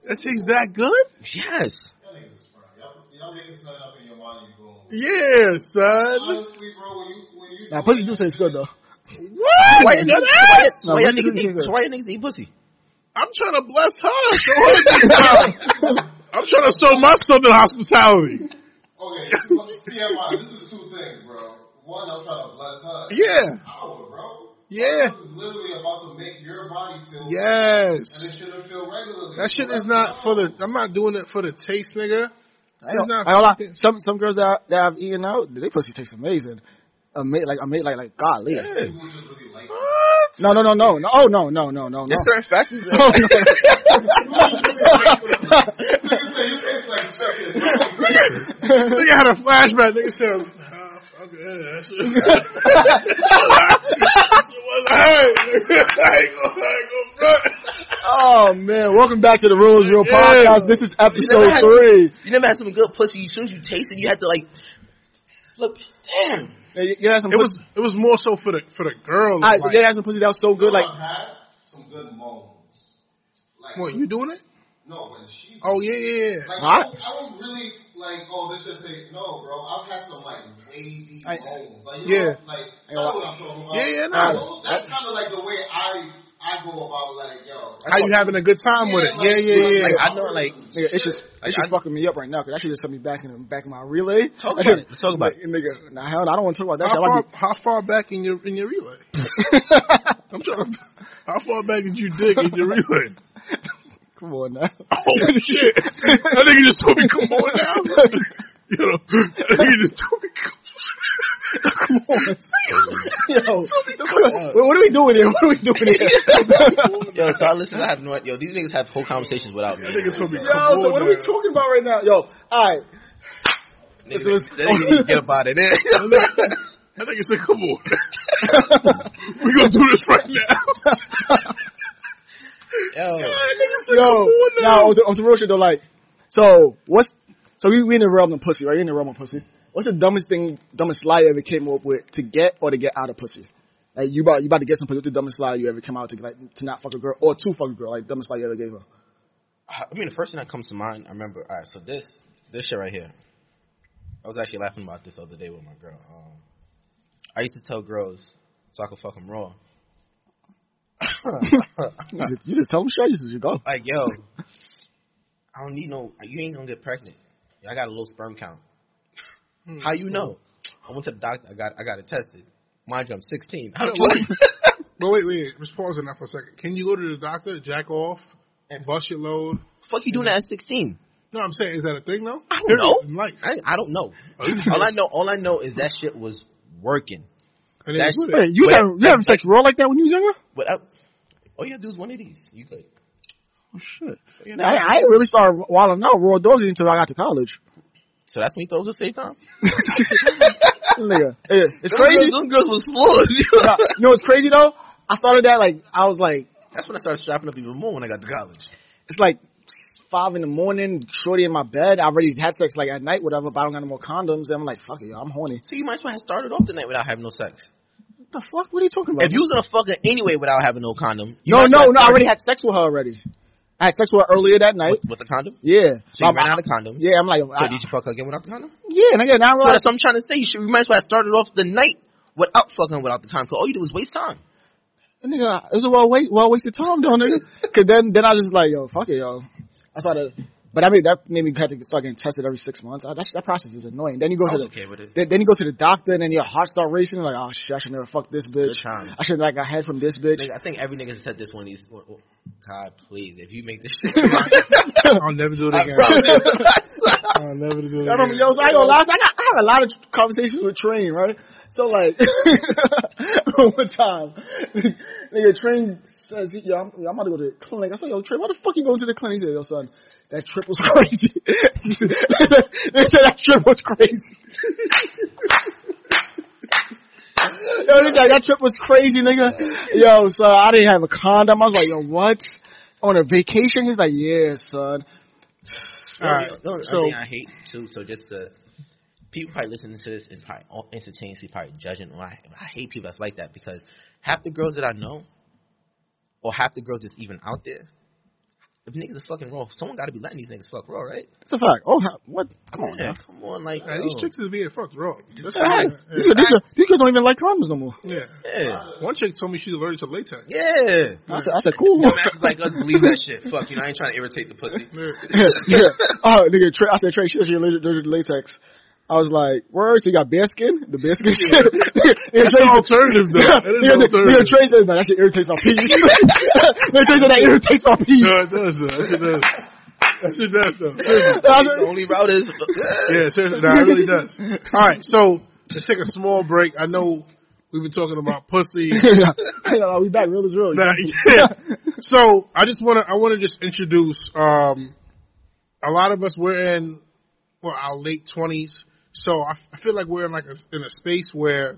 That tastes that good?
Yes.
Y'all niggas is fried. Y'all, y'all making something up in your mind. and You going. with it.
Yeah, son.
Honestly, bro, when you when you
Nah,
do
pussy
that
do taste
shit,
good
(laughs)
though.
What?
Why y'all niggas? Why, y'all-
No,
why y'all
we
niggas
do
eat?
good.
Why y'all niggas eat pussy?
I'm trying to bless her. So what is this about? I'm trying to show my southern hospitality.
Okay, TMI, this is two things, bro. One, I'm trying to bless her.
Yeah.
Power, bro.
Yeah.
This is literally about to make your body feel and
Yes.
it shouldn't feel regularly.
That shit is not for the. I'm not doing it for the taste, nigga.
I
She's
don't-
not.
I don't lie. Some some girls that I, that I've eaten out, they pussy tastes amazing. Ama- like ama- like like golly.
People just really like
No no no no no oh no no no no no.
There's certain factors. that-
Oh, no.
Niggas say you taste like
(laughs)
chicken.
(laughs)
Nigga had a (laughs) flashback. Nigga said, oh, fuck yeah, that shit. It was alright, nigga. I ain't gonna- I ain't gonna front.
oh man, welcome back to the Rules Real
Yeah.
Podcast. This is episode three.
You never had some good pussy. As soon as you taste it, you had to like look. Damn.
Hey, You, you had some
It
pussy.
was it was more so for the for the girls.
All right, so
like,
you had some pussy that was so good. Like
I've had some good moments. Like,
what you doing it?
no, when she.
Oh yeah, yeah, yeah.
Like,
Huh?
I, don't, I don't really like. Oh, this should say no, bro. I've had some like wavy
I-
moments. Like, you
yeah.
know, like
I-
I know what I'm talking about.
Yeah, yeah,
Like,
nah.
those- that's kind of like the way I I go about like yo.
How you having a good time with it?
like,
Yeah, yeah, yeah.
Like, I know, like,
Nigga, it's just
Like,
it's just
I-
fucking me up right now because that shit just sent me back in the back of my relay.
Talk about it. Let's talk about
it. Nigga, nah, hell, no, I don't want to talk about that.
how
shit. I
far
might
how far back in your in your relay?
be-
I'm trying to. How far back did you dig in your relay?
Come on now.
Oh shit! That nigga just told me (laughs) come on now. (laughs) You know, that nigga just told me come
(laughs) (laughs) Yo, what, what are we doing here? (laughs) What are we doing here?
Yo, so I listen. I have no. Yo, these niggas have whole conversations without me.
That nigga told me
Yo, so what are we talking about right now? Yo, alright.
Niggas-
This was-
they didn't even get up
(laughs)
out of there.
That nigga said come on. (laughs) we gonna do this right now.
(laughs) Yo,
Yo, now on some, on some real shit though, like, so what's, so we, we in the realm of pussy, right? We in the realm of pussy. What's the dumbest thing, dumbest lie you ever came up with to get or to get out of pussy? Like you about you about to get some pussy. What's the dumbest lie you ever come out to like to not fuck a girl or to fuck a girl? Like dumbest lie you ever gave her.
I mean, the first thing that comes to mind, I remember. All right, so this this shit right here. I was actually laughing about this the other day with my girl. Um, I used to tell girls so I could fuck them (laughs) raw.
You just, you just tell them straight. You just you go.
Like, yo, I don't need no. You ain't gonna get pregnant. I got a low sperm count.
Hmm.
How you know? I went to the doctor. I got I got it tested. Mind you, I'm 16. How do you-
But wait, wait, just pause on that for a second. Can you go to the doctor, jack off, bust your load?
fuck you doing that at 16?
No, I'm saying, is that a thing though?
I don't
Period,
know.
In life,
I, I don't know. all I know, all I know is that shit was working.
and
That's-
it's with it.
Wait, you
Wait,
having you having sex raw like that when you was younger?
Without uh, all you have to do is one of these. You good?
Shit.
So, you know,
I, I ain't really started wilding out raw dogs until I got to (laughs) college.
so that's when he throws a safe time.
Nigga, yeah, it's
Them
crazy.
Girls, them girls was slows.
Nah, you know what's crazy though? I started that like I was like
that's when I started strapping up even more when I got to college.
it's like five in the morning, shorty in my bed. I already had sex like at night, whatever, but I don't got no more condoms. And I'm like, fuck it, yo, I'm horny.
So you might as well have started off the night without having no sex.
What the fuck? What are you talking about?
If you was gonna fuck her anyway without having no condom, you
no,
might as well
no, no, I
start
already had sex with her already. I had sex with her earlier that night.
with, with a condom.
Yeah.
So you
I'm-
ran out of condoms.
yeah, I'm like,
So
I,
did you fuck her again without the condom?
yeah, and again, now
So
I'm like,
that's what I'm trying to say. You should. You might as well have started off the night without fucking without the condom. Cause all you do is waste time.
nigga, it was a well, wait, well wasted time though, nigga. Cause then, then I was just like, yo, fuck it, yo. I started, but I mean, that made me had to start getting tested every six months. I, that, that process is annoying. Then you go
I
to
was
the,
okay with it.
Then, then you go to the doctor, and then your heart start racing. Like, oh shit, I should never fuck this bitch.
times.
I should like I had from this bitch.
Nigga, I think every nigga said this one. He's God, please, if you make this (laughs) shit,
I'll never do it
I
again. (laughs)
promise.
I'll never do it
I remember,
again.
yo, so I ain't gonna lie, so I got, I had a lot of conversations with Train, right? So like, (laughs) one time, (laughs) nigga, Train says, yo, I'm, yo, I'm about to go to the clinic. I said, yo, Train, why the fuck you going to the clinic? He said, yo, son, that trip was (laughs) crazy. they said that trip was crazy. (laughs) yo, nigga, that trip was crazy, nigga. Yo, son, I didn't have a condom. I was like, yo, what? On a vacation? He's like, yeah, son. (sighs)
All right,
The only
so-
thing I hate too. So just the people probably listening to this and probably all instantaneously probably judging. Why I hate people that's like that because half the girls that I know, or half the girls that's even out there, If niggas are fucking raw, someone got to be letting these niggas fuck raw, right?
It's a fact. Oh, how- what? Come on,
Yeah,
now.
come on, like
And these
yo.
chicks is being fucked wrong.
Facts.
That's what I'm
These,
saying.
are- these, are- these kids don't even like condoms no more.
yeah.
Yeah,
One chick told me she's allergic to latex.
yeah.
I said, I said,
(laughs)
cool.
Dumbasses like us believe that shit. Fuck, you know I ain't trying to irritate the pussy.
(laughs) Yeah.
(laughs) yeah. Oh, nigga, Trey, I said, Trey, she said she allergic allergic to latex. I was like, word, so you got bear skin? The bear skin shit? (laughs) That's (laughs)
the alternative, though. That is the
nigga,
alternative.
nigga, Trey says, no, that shit irritates my (laughs)
(laughs)
peas. nigga, Trey said, that irritates my peas.
No, it does though. That shit does. That shit does though.
I
Seriously.
The
said,
only route is
Yeah, seriously. No, it really does. All right, so let's take a small break. I know we've been talking about
(laughs)
pussy.
yeah. no, no, we back real as real.
Nah, yeah. So I just want to I want to just introduce um a lot of us we're in well our late twenties, so I, I feel like we're in like a, in a space where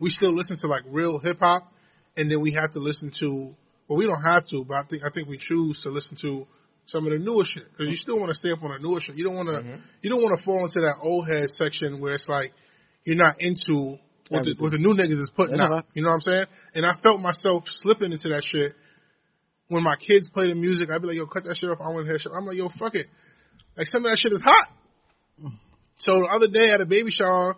we still listen to like real hip hop, and then we have to listen to well we don't have to, but I think I think we choose to listen to some of the newer shit because you still want to stay up on the newer shit. You don't want to
Mm-hmm.
you don't want to fall into that old head section where it's like you're not into what the, what the new niggas is putting
That's
out.
right.
You know what I'm saying? And I felt myself slipping into that shit when my kids play the music. I'd be like, yo, cut that shit off. I want to hear shit. I'm like, yo, fuck it. Like some of that shit is hot. So the other day at a baby shower,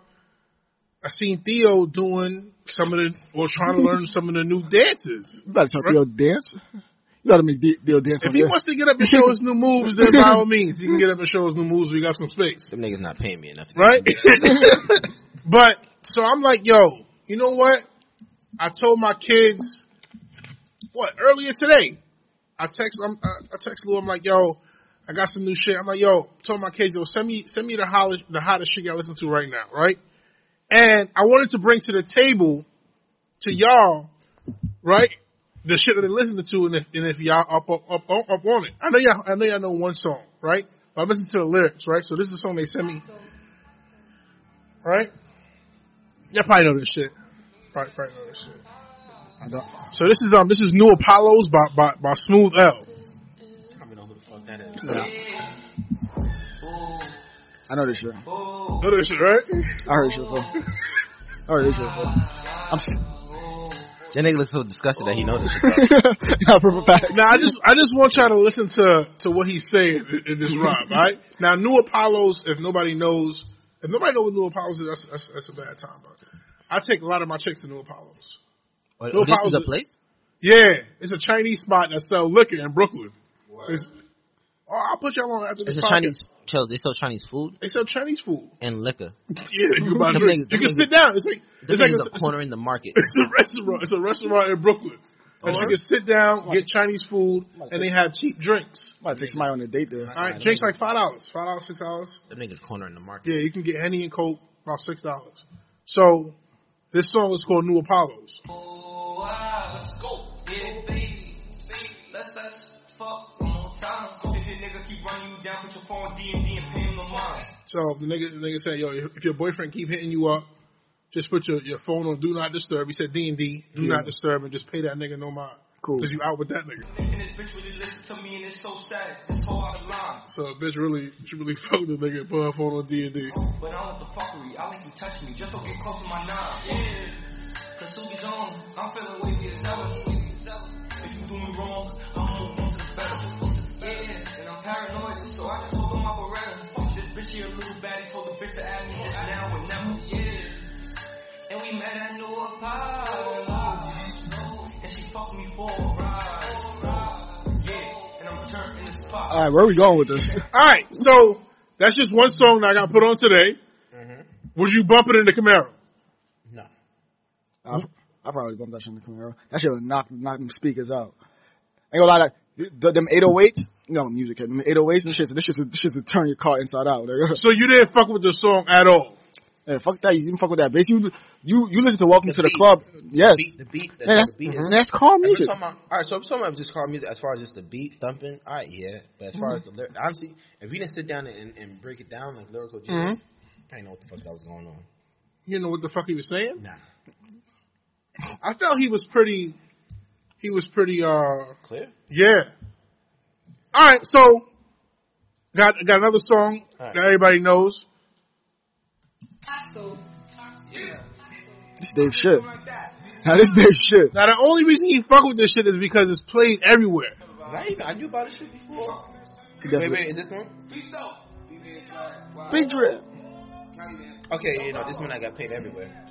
I seen Theo doing some of the or trying to learn some of the new dances.
You better tell Theo dance. You gotta make De- Theo dance
If
on
he
this.
wants to get up and show us new moves, then by all means, he can get up and show us new moves. We got some space.
Them niggas not paying me enough.
(laughs) right? but so I'm like, yo, you know what? I told my kids what earlier today. I text I'm, I I text Lou. I'm like, yo, I got some new shit. I'm like, yo, told my kids, yo, send me send me the hottest the hottest shit y'all listen to right now, right? And I wanted to bring to the table to y'all, right? The shit that they listening to, and if, and if y'all up up, up up up on it, I know y'all I know y'all know one song, right? But I'm listening to the lyrics, right? So this is the song they sent me right? Y'all probably know this shit. Probably, probably know this shit.
I don't-
So this is um this is New Apollos by by, by Smooth L.
I know this shit. I
Know this shit, right?
heard this shit (laughs) before. I heard this shit before. I'm s-
That nigga looks so disgusted that he knows this.
(laughs) Nah, for a fact.
Now I just I just want y'all to listen to to what he's saying in, in this rhyme, right? Now New Apollos, if nobody knows, if nobody knows what New Apollos is, that's that's, that's a bad time, bro. I take a lot of my chicks to New Apollos.
Oh,
No
this is
problem.
a place.
Yeah, it's a Chinese spot that sell liquor in Brooklyn. It's, oh, I'll put y'all on after this
It's a
podcast.
Chinese. Chill. They sell Chinese food
They sell Chinese food.
and liquor.
Yeah, you can buy
Them
drinks.
niggas-
You
them
can
niggas-
sit down. It's like
This
it's like
nigga's a
a,
corner in the market.
it's a restaurant. It's a restaurant in Brooklyn. And you can sit down, get Chinese food, and they have cheap drinks.
I'm about to take somebody on a date there.
All right, drinks like five dollars, five dollars, six dollars.
Them niggas corner in the market.
Yeah, you can get Henny and Coke about six dollars. So this song is called New Apollos.
Oh, wow, let's go. Yeah, baby, baby, let's let's fuck one more time. If your nigga keep running you down, put your phone D and D and pay him no mind.
So the nigga, the nigga said, "Yo, if your boyfriend keep hitting you up, just put your, your phone on Do Not Disturb." He said, "D and D, Do Not Disturb, and just pay that nigga no mind."
Cool.
Cause you out with that nigga.
And this bitch really listen to me and it's so sad. It's whole out of line.
So bitch really, she really (laughs) fucked the nigga and put her phone on D and D.
But I want the fuckery. I like you touch me. Just don't get close to my knob. Yeah. Cause Subi's on. I'm feeling wavy as ever. If you do me wrong, I'm moving on to the better. Yeah. And I'm paranoid, so I just hold on my Beretta. This bitch here a little baddie told the bitch to add me just now and never. Yeah. And we met at New Apollo. And she fucked me for a ride. Yeah. And I'm turned in the spot.
All right, where are we going with this? (laughs)
All right, so that's just one song that I got put on today. Mm-hmm. Would you bump it in the Camaro?
No.
I, I probably bumped that shit in the Camaro. That shit would knock knock them speakers out. Ain't gonna lie, that the, them 808s. No music, them 808s and shit. So this shit, this shit would turn your car inside out. nigga. (laughs)
So you didn't fuck with the song at all.
yeah, fuck that. You didn't fuck with that bitch. You you you listen to Welcome to the Club. Yes,
Beat, the beat. The,
yeah, that's
the beat
mhm.
is.
that's car
If we're
music.
talking about, all right, so I'm talking about just car music as far as just the beat thumping. All right, yeah, but as far as the lyric, honestly, if we didn't sit down and, and break it down like lyrical genius, I didn't know what the fuck that was going on.
You know what the fuck he was saying?
Nah,
I felt he was pretty. He was pretty. uh
clear.
Yeah. All right, so got got another song
All right.
that everybody knows.
This Dave shit. (laughs) Now this Dave shit.
Now the only reason he fuck with this shit is because it's played everywhere.
I ain't, I knew about this shit before. Wait,
Definitely.
wait, is this one?
Big drip.
Okay, you know, this one I got paid everywhere.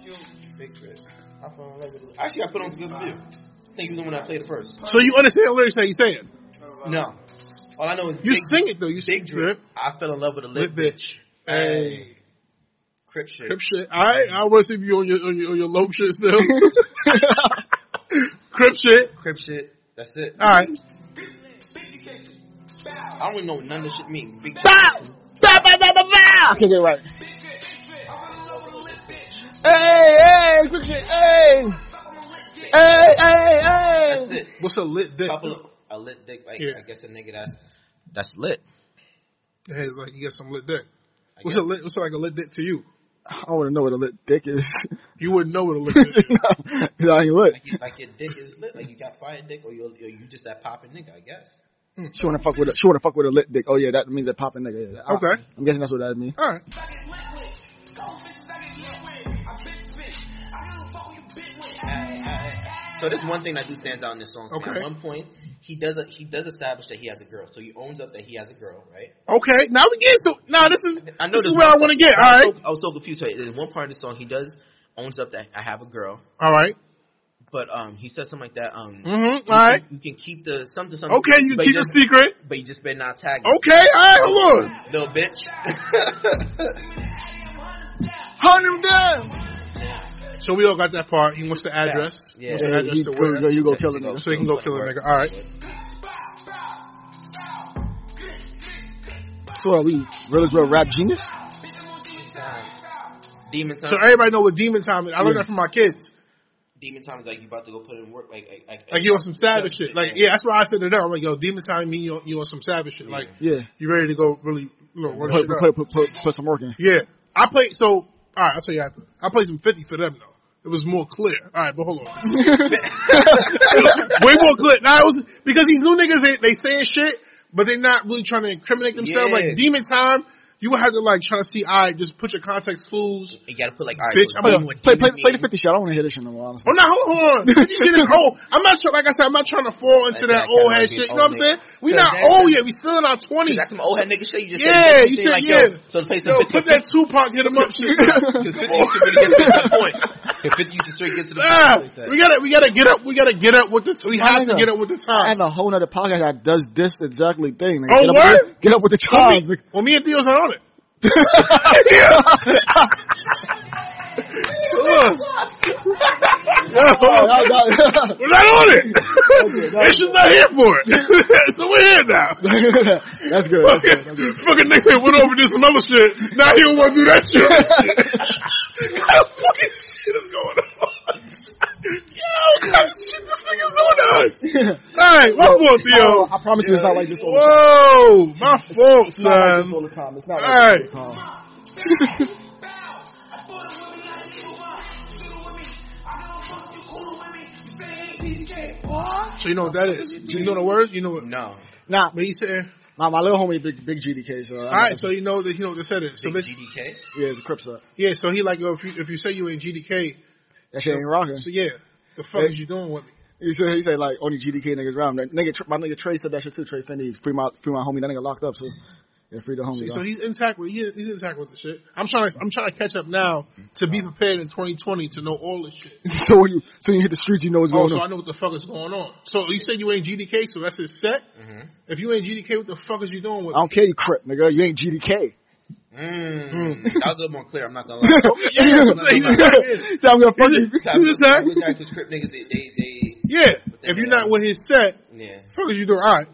Big Chris. I fell in love with it. Actually, I put on good video. I think you're the one that played it first.
So you understand the lyrics that he's saying.
No. All I know is
You
Big,
sing it though. You sing
Big Drip.
drip.
I fell in love with a
Lit
lit bitch.
bitch. Hey.
Crip shit.
Crip shit. I I want to see you on your on your, on your low
(laughs)
shit still. Crip shit.
Crip shit. That's it.
All right.
I don't even know what none of this shit means. Big
Bow! Bow, bow, bow, bow, bow! I can't get it right. Hey, hey, quick shit, hey! Hey, hey, hey!
That's it.
What's a lit dick?
Couple of, a lit dick. Like,
Yeah.
I guess a nigga that's that's lit.
Hey, it's like you got some lit dick.
I
What's
guess.
a lit? What's like a lit dick to you?
I want to know what a lit dick is. (laughs)
You wouldn't know what a lit dick. is. (laughs)
no, I ain't lit.
Like, you- like your dick is lit. Like you got fire dick, or you or you just that popping nigga. I guess.
She want to fuck with a, she want to fuck with a lit dick. Oh yeah, that means a popping nigga. Yeah, I-
Okay.
I'm guessing that's what that means.
All right.
So this one thing that do stands out in this song. man.
Okay.
At one point, he does a, he does establish that he has a girl. So he owns up that he has a girl, right?
Okay. Now we get to. Now this is.
I know
this
this
is where I want to get. All
I was,
right.
so, I was so confused. So there's one part of the song he does owns up that I have a girl,
All right.
but um he says something like that. Um,
Mm-hmm.
you
All right.
can, you can keep the something something.
Okay. You
but
keep the Oh.
just-
secret.
But you just better not tag it,
Okay. All right. Hold on.
little bitch.
Hundred down.
So we all got that part. He wants the address.
Yeah.
Wants the
Yeah,
address
you,
to
go,
where.
you go, you go kill the nigga.
So he can go kill a nigga. All right.
So what are we real as well rap genius?
(laughs) Demon time.
So everybody know what demon time is. I learned
Yeah.
that from my kids.
Demon time is like you about to go put in work. Like like, like,
Like you on some savage shit. Like yeah, that's why I said it up. I'm like yo, demon time mean you on, you on some savage shit. Like
Yeah.
you ready to go really you know, run
Put,
shit up.
put, put, put, put some work in.
Yeah, I played. So all right, I'll tell you after. I played some fifty for them though. It was more clear. All right, but hold on. Way more clear. Now it was because these new niggas they, they saying shit, but they're not really trying to incriminate themselves.
Yeah.
Like demon time, you would have to like try to see. All right, just put your context clues.
you gotta put like all right,
Bitch,
well,
I'm
Play,
you know what
play, play,
a-
play,
demon means?
the fifty shit. I don't want to hear this shit no more. Honestly.
Oh, now hold on. This shit is old. I'm not trying, like I said, I'm not trying to fall into
Like
that
that
old
kinda
head
like
shit. You
being
know what
old
I'm saying? We
nigga.
not
Cause that's-
old yet. We still in our twenties.
That's some old head nigga shit. You just
Yeah,
said,
you
thing
said,
like,
yeah.
Yo, so let's play some
Yo,
50
put that Tupac hit him up shit. (laughs)
Because 50 used to really get to (laughs) the point. 50 used to straight get to the point
Ah,
like that.
we gotta, we gotta get up. We gotta get up with the. T- we
I
have to
know.
get up with the
I have
times.
a whole nother podcast that does this exactly thing. Like,
Oh,
get, up
word?
With, get up with the
Well,
times.
me, well, me and Theo's not
(laughs)
on it. (laughs) Look.
(laughs) Oh, that-
We're not on it.
Okay,
(laughs)
that-
This is not here for it. (laughs) so we're here now.
that- (laughs) that's good. That's good. That's
Fucking,
good.
fucking nigga went over and did some other shit. Now he don't want to do that shit. what the fucking shit is going on? Yo, what kind of shit this nigga's doing to us? All right, one
Oh,
more, Theo.
I promise you, it's not like this all the time.
Whoa, my fault,
It's not like this all
son.
the time. It's not
All
like
right.
this all the time.
So you know what that is? Do you know the words? You know what?
No.
Nah,
What he said?
my, my little homie, big big GDK. So
All right, so you know that you know what they said it. So
Big
bitch,
GDK.
yeah, the Crips up.
yeah, so he like, yo, if you if you say you ain't GDK,
That shit ain't rocking.
so yeah, the fuck
Yeah.
is you doing with me?
He said, he said like only GDK niggas around. That nigga, Tr- my nigga Trey said that shit too. Trey Finney, free my free my homie. That nigga locked up, so yeah, free the homie.
So
though.
he's intact with he, he's intact with the shit. I'm trying to I'm trying to catch up now to be prepared in 2020 to know all this shit.
(laughs) so when you so when you hit the streets, you know what's
Oh,
going
so I
on.
know what the fuck is going on. So you said you ain't GDK, so that's his set. If you ain't GDK, what the fuck is you doing
Mm-hmm.
with?
I don't care you crip, nigga. You ain't GDK.
Mm. That was a little more clear. I'm
(laughs)
not gonna
Oh,
(laughs)
lie.
so I'm gonna fuck (laughs) you.
He's intact.
(laughs)
Because Crip niggas, they, they, they,
Yeah,
then
if you're
they
not
don't.
with his set,
yeah.
fuck is you doing? All right,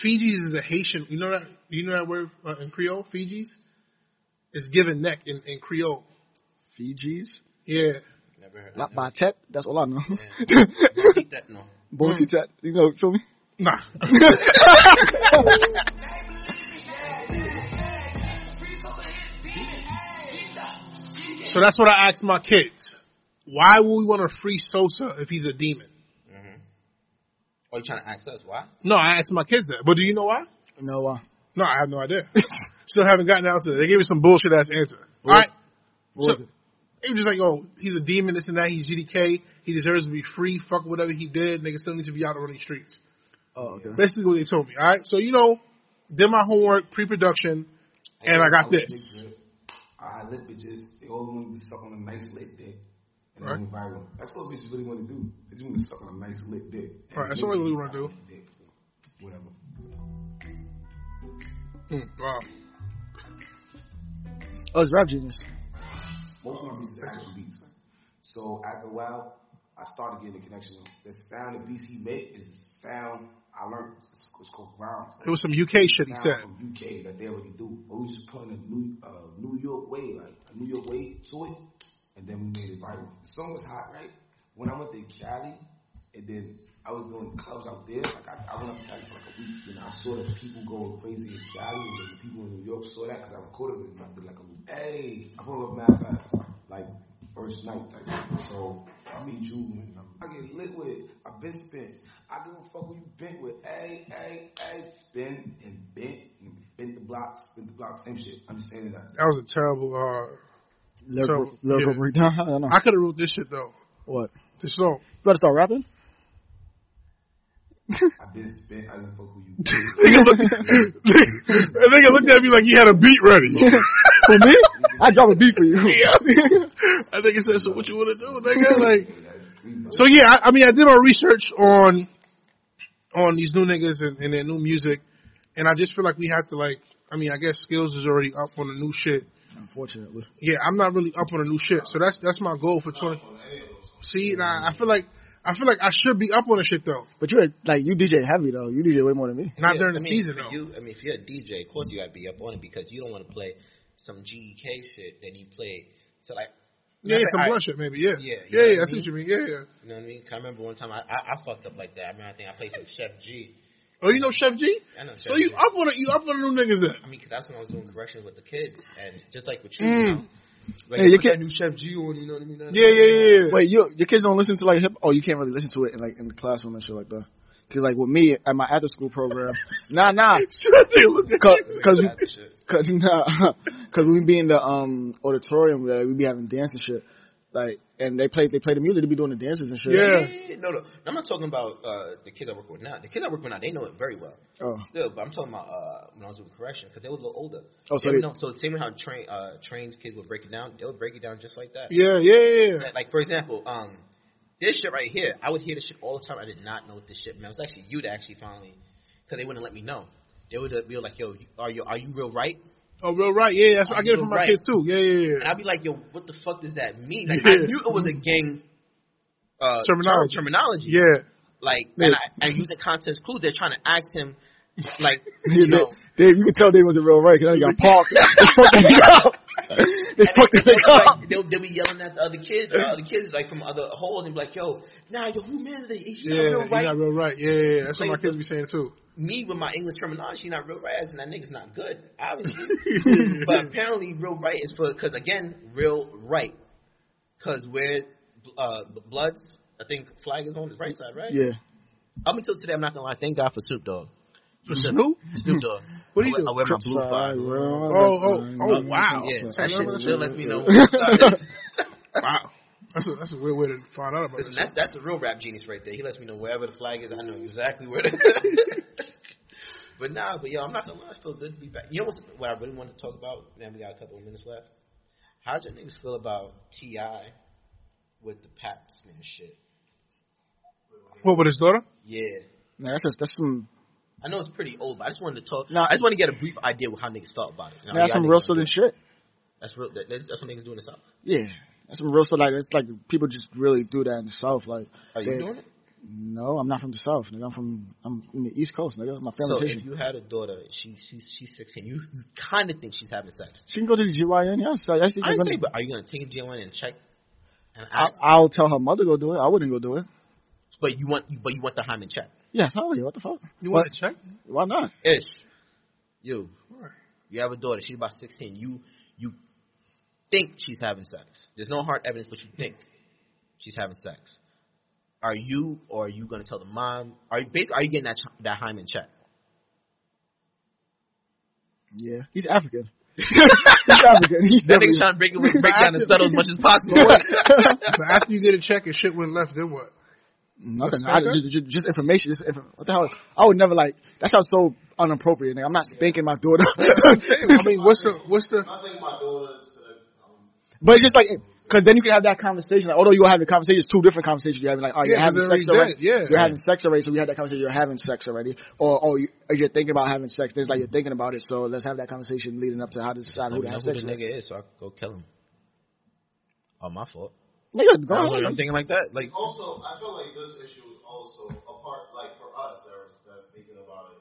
Fiji's is a Haitian. You know that you know that word uh, in Creole. Fiji's is given neck in, in Creole.
Fiji's,
Yeah,
Never heard
La
of that.
Batet. That's all I know. (laughs)
Repeat that. No.
Bossy Tet. You know, feel me?
nah. (laughs) so that's what I asked my kids. Why would we want to free Sosa if he's a demon?
Oh, you trying to ask us why?
No, I asked my kids that. But do you know why?
No, uh,
No, I have no idea. (laughs) Still haven't gotten out to it. They gave me some bullshit ass answer.
What
All right.
What was
so,
it?
They were just like, oh, he's a demon, this and that. He's GDK. He deserves to be free. Fuck whatever he did. Nigga still needs to be out on these streets.
Oh, okay.
Basically what they told me. All right. So, you know, did my homework, pre-production, and I got this.
I let bitches, they all want to be sucking a nice lit dick. And
Right.
right. viral. That's what bitches really want to do. They just want to suck on a nice lit dick.
Right, that's what I really wanna do.
Dick, Whatever.
Mm, wow.
Oh, it's rap genius.
Most of my beats is actual beats. So after a while, I started getting a connection. The sound the beats he made is the sound I learned. It's, it's called rhymes.
It was some UK shit he said.
From UK that they already do. But we just putting a New uh, New York way, like a New York way to it, and then we made it viral. The song was hot, right? When I went to Cali, and then I was doing clubs out there. Like I, I went up to Cali for like a week, and I saw the people going crazy in Cali, and then the people in New York saw that because I recorded it. And I did like a little, hey, I pulled up mad fast, like first night. Like, so I meet you, and I'm, I get lit with. it. I've been spent. I give a fuck who you bent with. Hey, hey, hey, spin and bent, and bent the block, spin the block, same shit. I'm just saying that.
That was a terrible, uh,
Lyrical,
So,
lyrical
yeah.
breakdown. (laughs) I don't know.
I could have wrote this shit though.
what?
This song.
You better start
(laughs)
rapping. (laughs)
I've been spent. I give a fuck who you bent
(laughs)
with.
Nigga looked, that nigga looked at me like he had a beat ready.
For me, I drop a beat for you.
I think he said, so what you want to do, nigga? Like, so yeah, I, I mean, I did my research on, on these new niggas and, and their new music. And I just feel like we have to like, I mean, I guess skills is already up on the new shit.
Unfortunately,
Yeah, I'm not really up on the new shit. So that's, that's my goal for 20. See, and I, I feel like, I feel like I should be up on the shit though.
but you're like you DJ heavy though. You DJ way more than me.
Not
Yeah,
during the
I mean,
season
for
though.
You, I mean, if you're a DJ, of course you gotta be up on it because you don't want to play some GEK shit that you play. So like,
Yeah,
I-
some
I-
blush shit maybe. Yeah,
Yeah,
yeah,
you know
yeah.
what I
I see what you mean. Yeah, yeah.
You know what I mean? 'Cause I remember one time I, I, I fucked up like that. I remember I think I played some Chef G.
Oh, you know Chef G?
I know Chef
So you
G.
up on it? You up on the new niggas then?
I mean, 'cause that's when I was doing corrections with the kids, and just like with you, you
Mm.
know, like
Hey, you
you put
can't-
that new Chef G on, you know what I mean? That's-
Yeah, yeah, yeah. yeah.
Wait, you your kids don't listen to like hip? Oh, you can't really listen to it in like in the classroom and shit like that. Cause like with me at my after school
(laughs)
program, nah, nah, cause, cause we,
That shit.
Cause nah, (laughs) 'cause when we be in the um auditorium, uh, we be having dance and shit. Like, and they play they play the music, they be doing the dances and shit.
Yeah.
Yeah, yeah, yeah. No, no, I'm not talking about uh, the kids I work with now. The kids I work with now, they know it very well.
Oh.
Still, but I'm talking about uh, when I was doing correction because they were a little older.
Oh, so
they would
they-
know. So same way how train uh, trains kids would break it down, they would break it down just like that.
Yeah, yeah, yeah.
Like, like, for example, um, this shit right here, I would hear this shit all the time. I did not know what this shit meant. It was actually you that actually finally, because they wouldn't let me know. They would uh, be like, "Yo, you- are you are you real right?"
Oh, real right. Yeah, that's, I get it from my
Right.
kids too. Yeah, yeah,
And
yeah.
I'd be like, "Yo, what the fuck does that mean?" Like I
Yeah.
knew it was a gang uh,
Terminology.
term- terminology.
Yeah.
Like
Yeah.
and, I, and using context clues, they're trying to ask him, like,
You
you know,
they, you can tell they wasn't real right because they got parked. (laughs) they fucked the nigga up. They
And
fucked the
they-
nigga up.
like, they'll, they'll be yelling at the other kids, the other kids like from other holes, and be like, "Yo, nah, yo, who man is it? Is he
Yeah,
not real
you're
right?"
not real right. Yeah, yeah, yeah. That's what my
Like,
kids be saying
(laughs)
too.
me with my English terminology, not real right, and that nigga's not good, obviously. but apparently, real right is for because again, real right, because where uh, Bloods, I think flag is on the right side, right?
Yeah,
Up until today, I'm not gonna lie. Thank God for Snoop Dogg. For
Snoop?
Snoop Dogg.
What
I
do you
wear-
do?
I wear my blue
Sorry,
flag.
bro.
Oh, oh,
That's
oh,
fine.
wow.
Yeah,
That's
that
fine.
shit still lets me know.
(laughs)
(laughs)
Wow. That's a, that's a weird way to find out about
Listen,
this.
that's that's the real rap genius right there. He lets me know wherever the flag is. I know exactly where. The (laughs) but nah, but yo, I'm not gonna lie. It's feel good to be back. You know what's, what I really wanted to talk about? Man, we got a couple of minutes left. How'd your niggas feel about Ti with the Paps man shit?
What with his daughter?
Yeah,
Nah, that's just, that's some
I know it's pretty old, but I just wanted to talk.
Nah.
I just want to get a brief idea of how niggas felt about it. You know,
nah, that's
y'all niggas
some real
don't
southern
do it.
shit.
That's real. That, that's, that's what niggas doing this up.
Yeah, that's some real southern. Like, it's like people just really do that in the south. Like,
Are you
they-
doing it?
No, I'm not from the south. Nigga. I'm from I'm in the East Coast. Nigga, my family.
So
takes
if
me.
you had a daughter, she she's she's 16. You you kind of think she's having sex.
She can go to the GYN. Yeah, so I
I
she's
say,
gonna. Uh,
but are you gonna take a G1 and check? And
I,
ask?
I'll tell her mother to go do it. I wouldn't go do it.
But you want, but you want the hymen check.
Yeah, hell yeah. What the fuck?
You
What?
want to check?
Why not?
Ish, you,
Why?
you have a daughter. She's about sixteen. You, you think she's having sex. There's no hard evidence, but you think she's having sex. Are you, or are you gonna tell the mom? Are you basically, are you getting that ch- that hymen check?
Yeah, he's
(laughs)
African. he's African. He's
That
definitely.
nigga trying to break, it- break down the subtle as much as possible.
But after you get a check and shit went left, then what?
Nothing.
That's
I, just, just, just information. Just inf- what the hell? I would never like. That sounds so unappropriate. Nigga. I'm not spanking my
(laughs)
daughter. (laughs)
I mean, what's the what's the
I think my daughter said, um,
but it's just like, cause then you can have that conversation. Like, although you gonna have the conversation, it's two different conversations. You're having like, oh, you're
Yeah, 'cause
having
they're
sex
already
already.
dead. Yeah.
You're having sex already. So we had that conversation. You're having sex already, or oh, you, or you're thinking about having sex. There's like you're thinking about it. So let's have that conversation leading up to how to decide
I don't
who to
know who
have
the
sex with.
nigga is, so I could go kill him. Oh, my fault.
Nigga, go
I
ahead.
am thinking like that. Like,
also, I feel like this issue is also a part, like for us that are, that's thinking about it,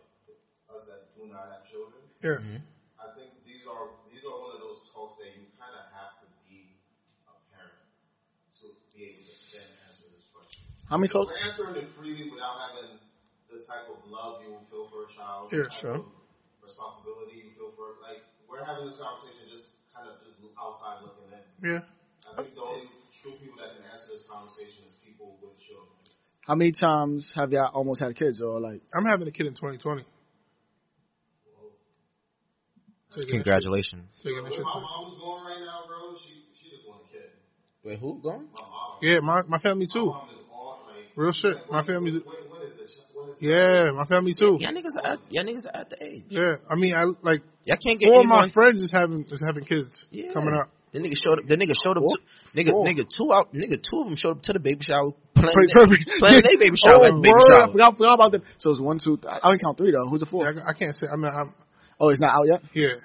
us that do not have children.
yeah?
I think these are these are one of those talks that you kind of have to be a parent to be able to then answer this question.
How many
So
close?
we're answering it freely without having the type of love you will feel for a child,
Yeah,
the type
sure.
of responsibility you feel for. Like we're having this conversation just kind of just outside looking in.
Yeah.
I think the only true people that can answer this conversation is people with children.
How many times have y'all almost had kids or like?
I'm having a kid in 2020. Taking a-
congratulations.
taking a
Where
shit
my
to-
mom's going right now, bro, she she just want a kid.
Wait, who going?
My mom,
Yeah, my my family too.
my mom is on like
Real shit. My family.
When, when is this? When is
Yeah, my family too.
Y'all niggas are at, y'all niggas are at the age.
Yeah, I mean, I like
Y'all can't get
all
anyone.
my friends is having is having kids
Yeah.
coming up.
the nigga showed up. The nigga showed up. To, nigga,
Four.
nigga, two out. Nigga, two of them showed up to the baby shower. Playing,
Play-
their-
perfect. Oh,
playing their baby shower. at the baby
word,
shower.
I forgot, forgot about them. So it's one, two. I I can count three though. Who's the four?
Yeah, I, I can't say. I mean, I'm
Oh, it's not out yet.
yeah.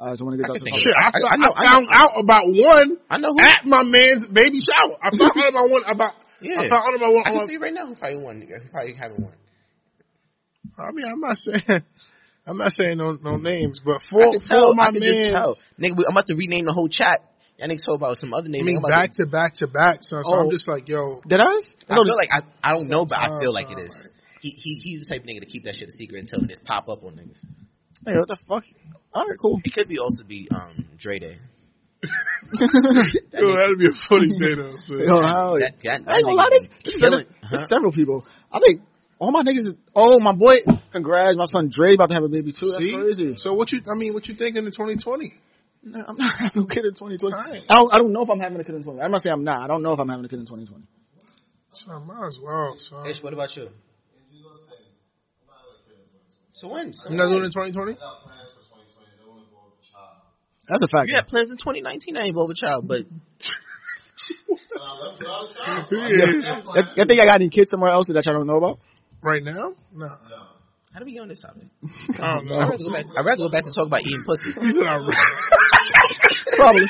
Uh, so
I
when it gets out,
can
to-
think
okay.
of
Shit, I,
I- I
I,
know- I
found out about one
I know who.
at my man's baby shower.
(laughs)
I found out about one about.
Yeah.
I found out about one.
I
on-
can see right now who probably won. Nigga, who probably haven't won.
I mean, I'm not saying. (laughs) I'm not saying no no names, but
I
for
can
for
tell.
my
I can just tell.
man's.
Nigga, we, I'm about to rename the whole chat. Y'all niggas told about some other name.
I
nigga,
mean,
I'm about
back
to,
to back to back. So, so
Oh.
I'm just like, yo,
Did I? s-
I
no,
feel like I, I don't know, but I
Sounds
feel like it is.
alright.
He, he, he's the type of nigga to keep that shit a secret until it just pop up on niggas.
hey, what the fuck? (laughs) All right, cool.
It could be also be um Dre Day.
yo, that'd be a
(laughs)
funny day though. so.
Yo, how?
That, that, that
Oh, I ain't gonna lie,
nigga
this,
be
this,
killing-
there's,
huh?
there's several people. I think all my niggas. Is, oh, my boy, congrats, my son Dre about to have a baby too. That's
See?
crazy.
So what you? I mean, what you thinking in 2020?
No, I'm not (laughs) having a kid in 2020.
Right.
I don't. I don't know if I'm having a kid in 2020. I'm not saying I'm not. I don't know if I'm having a kid in 2020.
So I might as well. So
Ish, what about you? So when? So
you not
when?
doing it in 2020?
That's a fact.
You had plans in 2019. I ain't over child, but
Yeah.
I, I think I got any kids somewhere else that I don't know about.
Right now? No.
how do we get on this
(laughs)
topic? Um,
I
I'd
don't know.
rather go back. I'd rather go back to talk about eating pussy.
You said I
(laughs) Probably.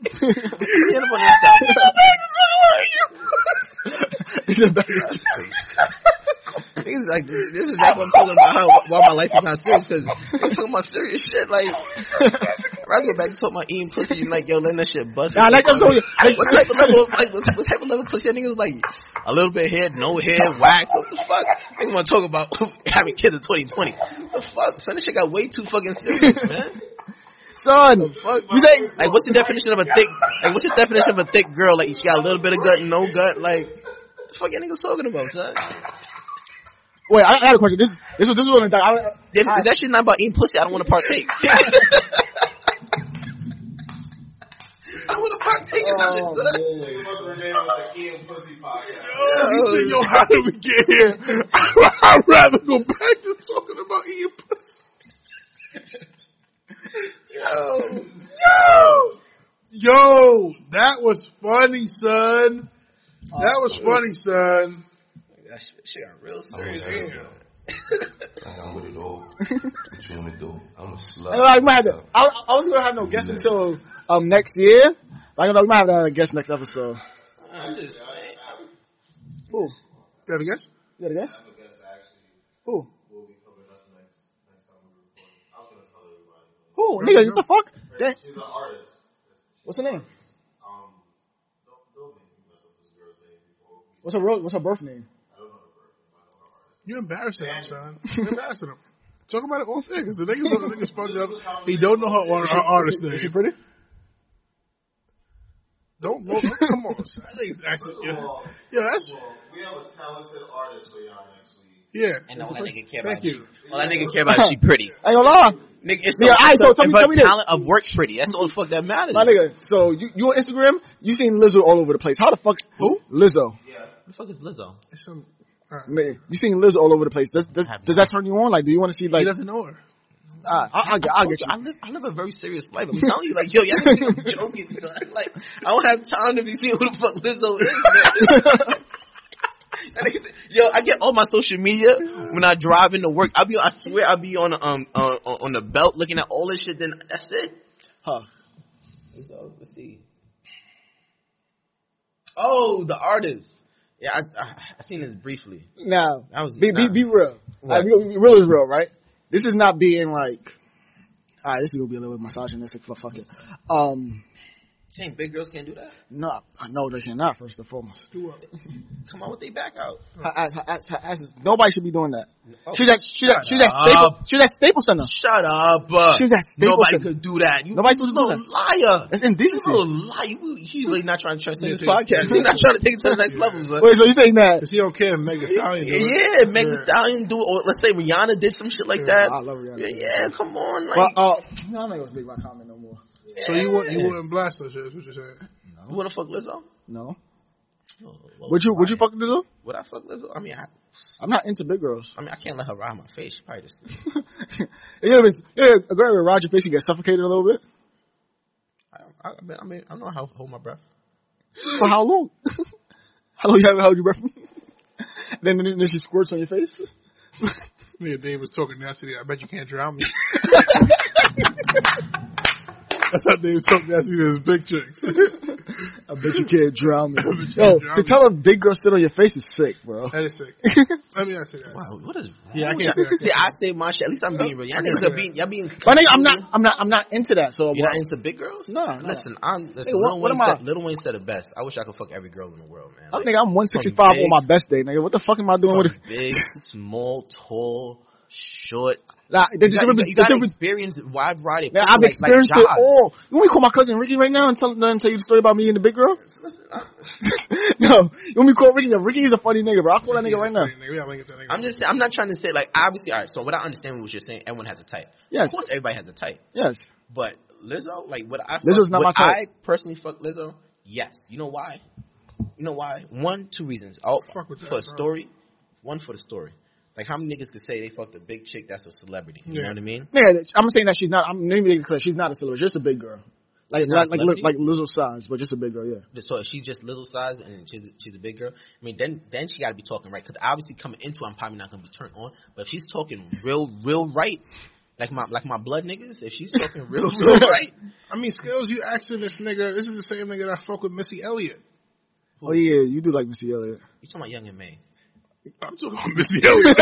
Get up on this topic. Niggas like this is not what I'm talking about. How why my life is not serious because I'm talking about serious shit. Like, I'd rather go back and talk about eating pussy and like yo, letting that shit bust.
Nah, like I'm telling you, like-
what type of level? Like, what, what type of level pussy? That nigga was like a little bit hair, no hair, wax. What the fuck? They want to talk about (laughs) having kids in 2020. What the fuck? Son, this shit got way too fucking serious, man.
Son,
Fuck.
you say
Like, what's the definition of a thick? Like, what's the definition of a thick girl? Like, she got a little bit of gut, no gut. Like, what the fuck, y'all niggas talking about, son?
Wait, I, I got a question. This is this is this is what I'm talking. I, I-
If, if that shit not about eating pussy, I don't want to partake. I want to partake in that shit, son.
You said, yo, how
(laughs)
did we get here? I'd rather go back to talking about eating pussy.
(laughs)
Yo. Yo. Yo, that was funny, son.
Oh,
That was funny, son.
That shit, shit got real
I'm with
serious.
it all. Like, I'm with it all. What you want to do? I'm a slut.
I, I, might have to, I, I was gonna have no guests until um next year. But I don't know. We might have to have a guest next episode.
I'm just saying.
Who?
You have a guess?
You got a guest? Who? Who? Nigga, what the fuck? That-
She's an artist.
what's her name?
Um, don't, don't make me mess up this girl's name before. we-
What's her ro- What's her birth name?
I don't know her birth name. I don't know her artist.
You're embarrassing him, son. (laughs) You're embarrassing him. Talk about it all thing. Cause the niggas don't the niggas fucked up. He don't know her, her, her artist
Is she
name.
pretty?
Don't know. Come on, son. That nigga's asking. Yo, yo that's
Well, we have a talented artist for y'all next week.
Yeah.
And all that nigga care
Thank
about
you.
all that nigga care about is she pretty.
Hey, hold on.
Nigga, it's
Yeah, alright, so tell me-
but
tell me this.
talent of work pretty. That's all the fuck that matters.
My nigga, so you, you on Instagram, you seen Lizzo all over the place. How the fuck? Who? Lizzo.
Who the fuck is Lizzo?
It's some- uh,
Man, you seen Lizzo all over the place. Does, does,
I have
does
no
that turn you on? Like, do you want to see,
he
like,
doesn't know her.
uh, I, I'll, get- I'll get you.
I live, I live a very serious life. I'm telling you, like, yo, y'all niggas think I'm joking. son. Like, I don't have time to be seeing who the fuck Lizzo is. man. That nigga th- Yo, I get all my social media when I drive into work. I be, I swear, I be on um on, on the belt looking at all this shit. Then that's it. Huh? So let's see. Oh, the artist. Yeah, I I, I seen this briefly.
Now,
That was
be, be,
nah.
be real.
What?
Like, be, be real is real, right? This is not being like, alright, this is gonna be a little bit misogynistic, but fuck it. Um,
Saying big girls can't do that.
no, I know they cannot, first and foremost.
Come on with they back out.
Her ass- her ass- her ass is- nobody should be doing that.
Oh,
She's at, she's at, she's at
shut
Staples,
up.
she's at Staples Center.
Shut up. uh,
She was at Stapleton.
Nobody could do that. You
Nobody's
you
supposed to do
little liar.
That's
You
indecent.
little liar. You, he's really not trying to transcend this
Yeah, take it.
podcast. He's not trying to take it to the next level, son.
Wait, so you saying that?
Is he okay if Megan Stallion do it?
Yeah, Meg Thee Stallion do it. Or let's say Rihanna did some shit like that.
I love Rihanna.
Yeah, yeah, come on. Like,
Well, uh, no, I'm not gonna make my comment no more.
So you wouldn't, you wouldn't blast her, shit, is what you're saying.
You wanna fuck Lizzo? Oh,
No.
well,
Would you, would you
Ryan.
fuck Lizzo?
Would I fuck Lizzo? I mean, I,
I'm not into big girls. (laughs)
I mean, I can't let her ride my face. She probably just.
yeah, but it's- yeah, a girl with Roger Bacon gets suffocated a little bit.
I, I, I mean, I mean, I know how to hold my breath.
For how long? (laughs) how long you haven't held your breath? (laughs) then, then, then she squirts on your face.
Me and Dave was talking nasty. I bet you can't
(laughs)
drown me. (laughs) I thought they were talking nasty to his big
(laughs)
chicks.
I bet you can't (laughs) drown me.
bet you
Yo,
can't drown
to
me.
tell a big girl sit on your face is sick, bro.
That is sick.
(laughs)
I mean, I say that.
Wow, what is?
Yeah, I
wrong
can't
with
say
y'all?
that.
(laughs) See, I say my shit. At least I'm being real. Y'all niggas are being, y'all being.
My nigga, I'm not, I'm not, I'm not into that. So
You're
what-
not into big girls?
No, no.
Listen, I'm listen,
Hey, what-
Lil,
what
Wayne
am I-
said, Lil Wayne said it best. I wish I could fuck every girl in the world, man.
I
Like,
think I'm 165
big-
on my best day, nigga. What the fuck am I doing with
from (laughs)
it?
big, small, tall, short.
Nah, there's
You
a
got, you
difference.
got, you
there's
got
a difference-
experience wide variety. of
Man,
people,
I've
like-
experienced
like
it all. You want me to call my cousin Ricky right now and tell him tell you the story about me and the big
(laughs)
girl? (laughs) no, you want me to call Ricky? No, Ricky is a funny nigga, bro. I'll call that nigga right now.
Nigga, we gotta link up that nigga.
I'm just, I'm not trying to say like obviously. All right, so what I understand what you're saying, everyone has a type.
Yes.
of course, everybody has a type.
Yes,
But Lizzo, like what I fuck,
Lizzo's not
would
my type.
I personally fuck Lizzo. Yes, you know why? You know why? One, two reasons. Oh,
Fuck with
for a
that, bro.
story. One for the story. Like how many niggas could say they fucked a big chick that's a celebrity? You know
Yeah.
what I mean?
nigga. I'm saying that she's not. I'm naming it because she's not a celebrity. She's just a big girl. Like
not
like
a
like,
celebrity?
like Lizzo size, but just a big girl. Yeah.
So if she's just little size and she's she's a big girl, I mean, then then she got to be talking right because obviously coming into, it, I'm probably not gonna be turned on. But if she's talking real, real right, like my like my blood niggas, if she's talking
(laughs)
real, real right,
I mean, Skills, you asking this nigga, this is the same nigga that I fuck with Missy Elliott.
Oh yeah, you do like Missy Elliott.
you talking about Young and May?
I'm talking about Missy Elliott.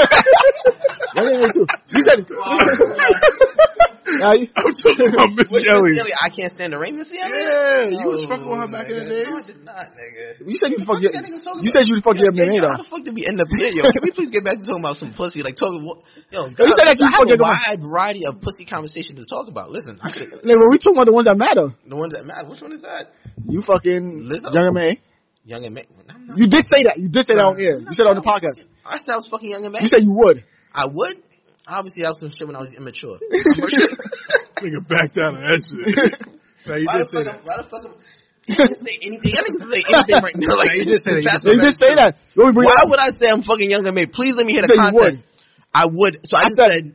Yeah, yeah, yeah, too. You said. (laughs) Now you-
I'm talking about Missy
Missy
Elliott.
Elliott, I can't stand the rain, Missy Elliott.
Yeah, you was
Oh,
fucking with her back in the
nigga. No, I
days.
did not, nigga.
You said you fuck
fuck
your,
that nigga talking
you
about?
said you fuck your
Yeah,
man
yo, how
though.
the fuck did we end up here, yo? Can we please get back to talking about some pussy? Like talking, what, yo,
Oh, You said that you
I have
fucking-
a wide variety of pussy conversations to talk about. Listen, I should,
Nigga, we talking about the ones that matter.
the ones that matter. Which one is that?
You fucking
Lizzo?
younger man.
Young and May. I'm not-
You did say that. You did say that on air. You said it on the podcast.
I said I was fucking Young and May.
You said you would.
I would. Obviously, that was some shit when I was
(laughs)
immature. (laughs)
Nigga backed out of
(laughs)
that shit. Now, you
Why the
did
fuck?
say that.
am- Why the fuck? am- I didn't say anything. I didn't say anything right
(laughs)
now. Like
you did say that. You
that's
did
You
what
did say that. You want me to bring
Why
it up?
would I say I'm fucking Young and May? Please let me hear
You
the
said you
content. I would. So I, just
said-
said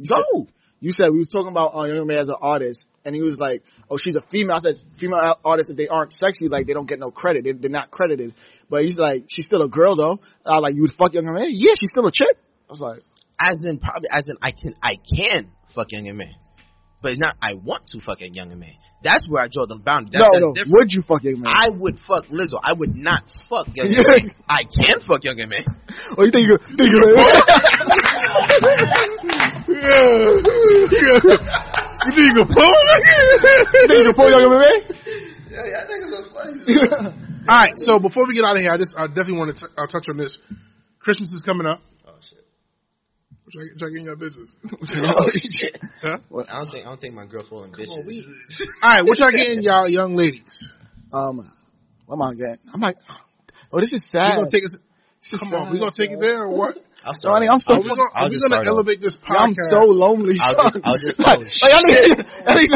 You said- You said we was talking about uh, Young May as an artist, and he was like, "Oh, she's a female." I said, "Female ar- artists, if they aren't sexy, like they don't get no credit. They, they're not credited." But he's like, "She's still a girl, though." I was like, "You would fuck Young May?" Yeah, she's still a chick. I was like,
as in probably as in I can I can fuck Young and May, but it's not I want to fuck a Young and May. That's where I draw the boundary. That's
"No,
that's
no,
different.
would you fuck Young May?"
I would fuck Lizzo. I would not fuck
(laughs)
Young and May. I can fuck Young and May.
oh, you think you could?
(laughs)
Think you could
You think you can pull
you think you could pull Young May?
Yeah, yeah, I think it's funny.
All right, so before we get out of here, I just I definitely want to t- I'll touch on this. Christmas is coming up.
Oh shit.
Which I, which I get in
(laughs)
your business.
Oh shit.
Huh?
I don't think I don't think my girl falling bitches.
All right, which I get in y'all young ladies.
Um, what am I getting? I'm like, "Oh, this is
You're
sad."
gonna take us. Come on, we gonna take it there or what?
I'll start
Johnny,
off.
I'm so
Are we gonna, are
I'll
we
just
gonna
start off.
elevate this
Yo,
podcast?
I'm so lonely,
I'll
son.
just- I'll just-
(laughs) like,
oh,
like, y'all
(laughs)
niggas, y'all niggas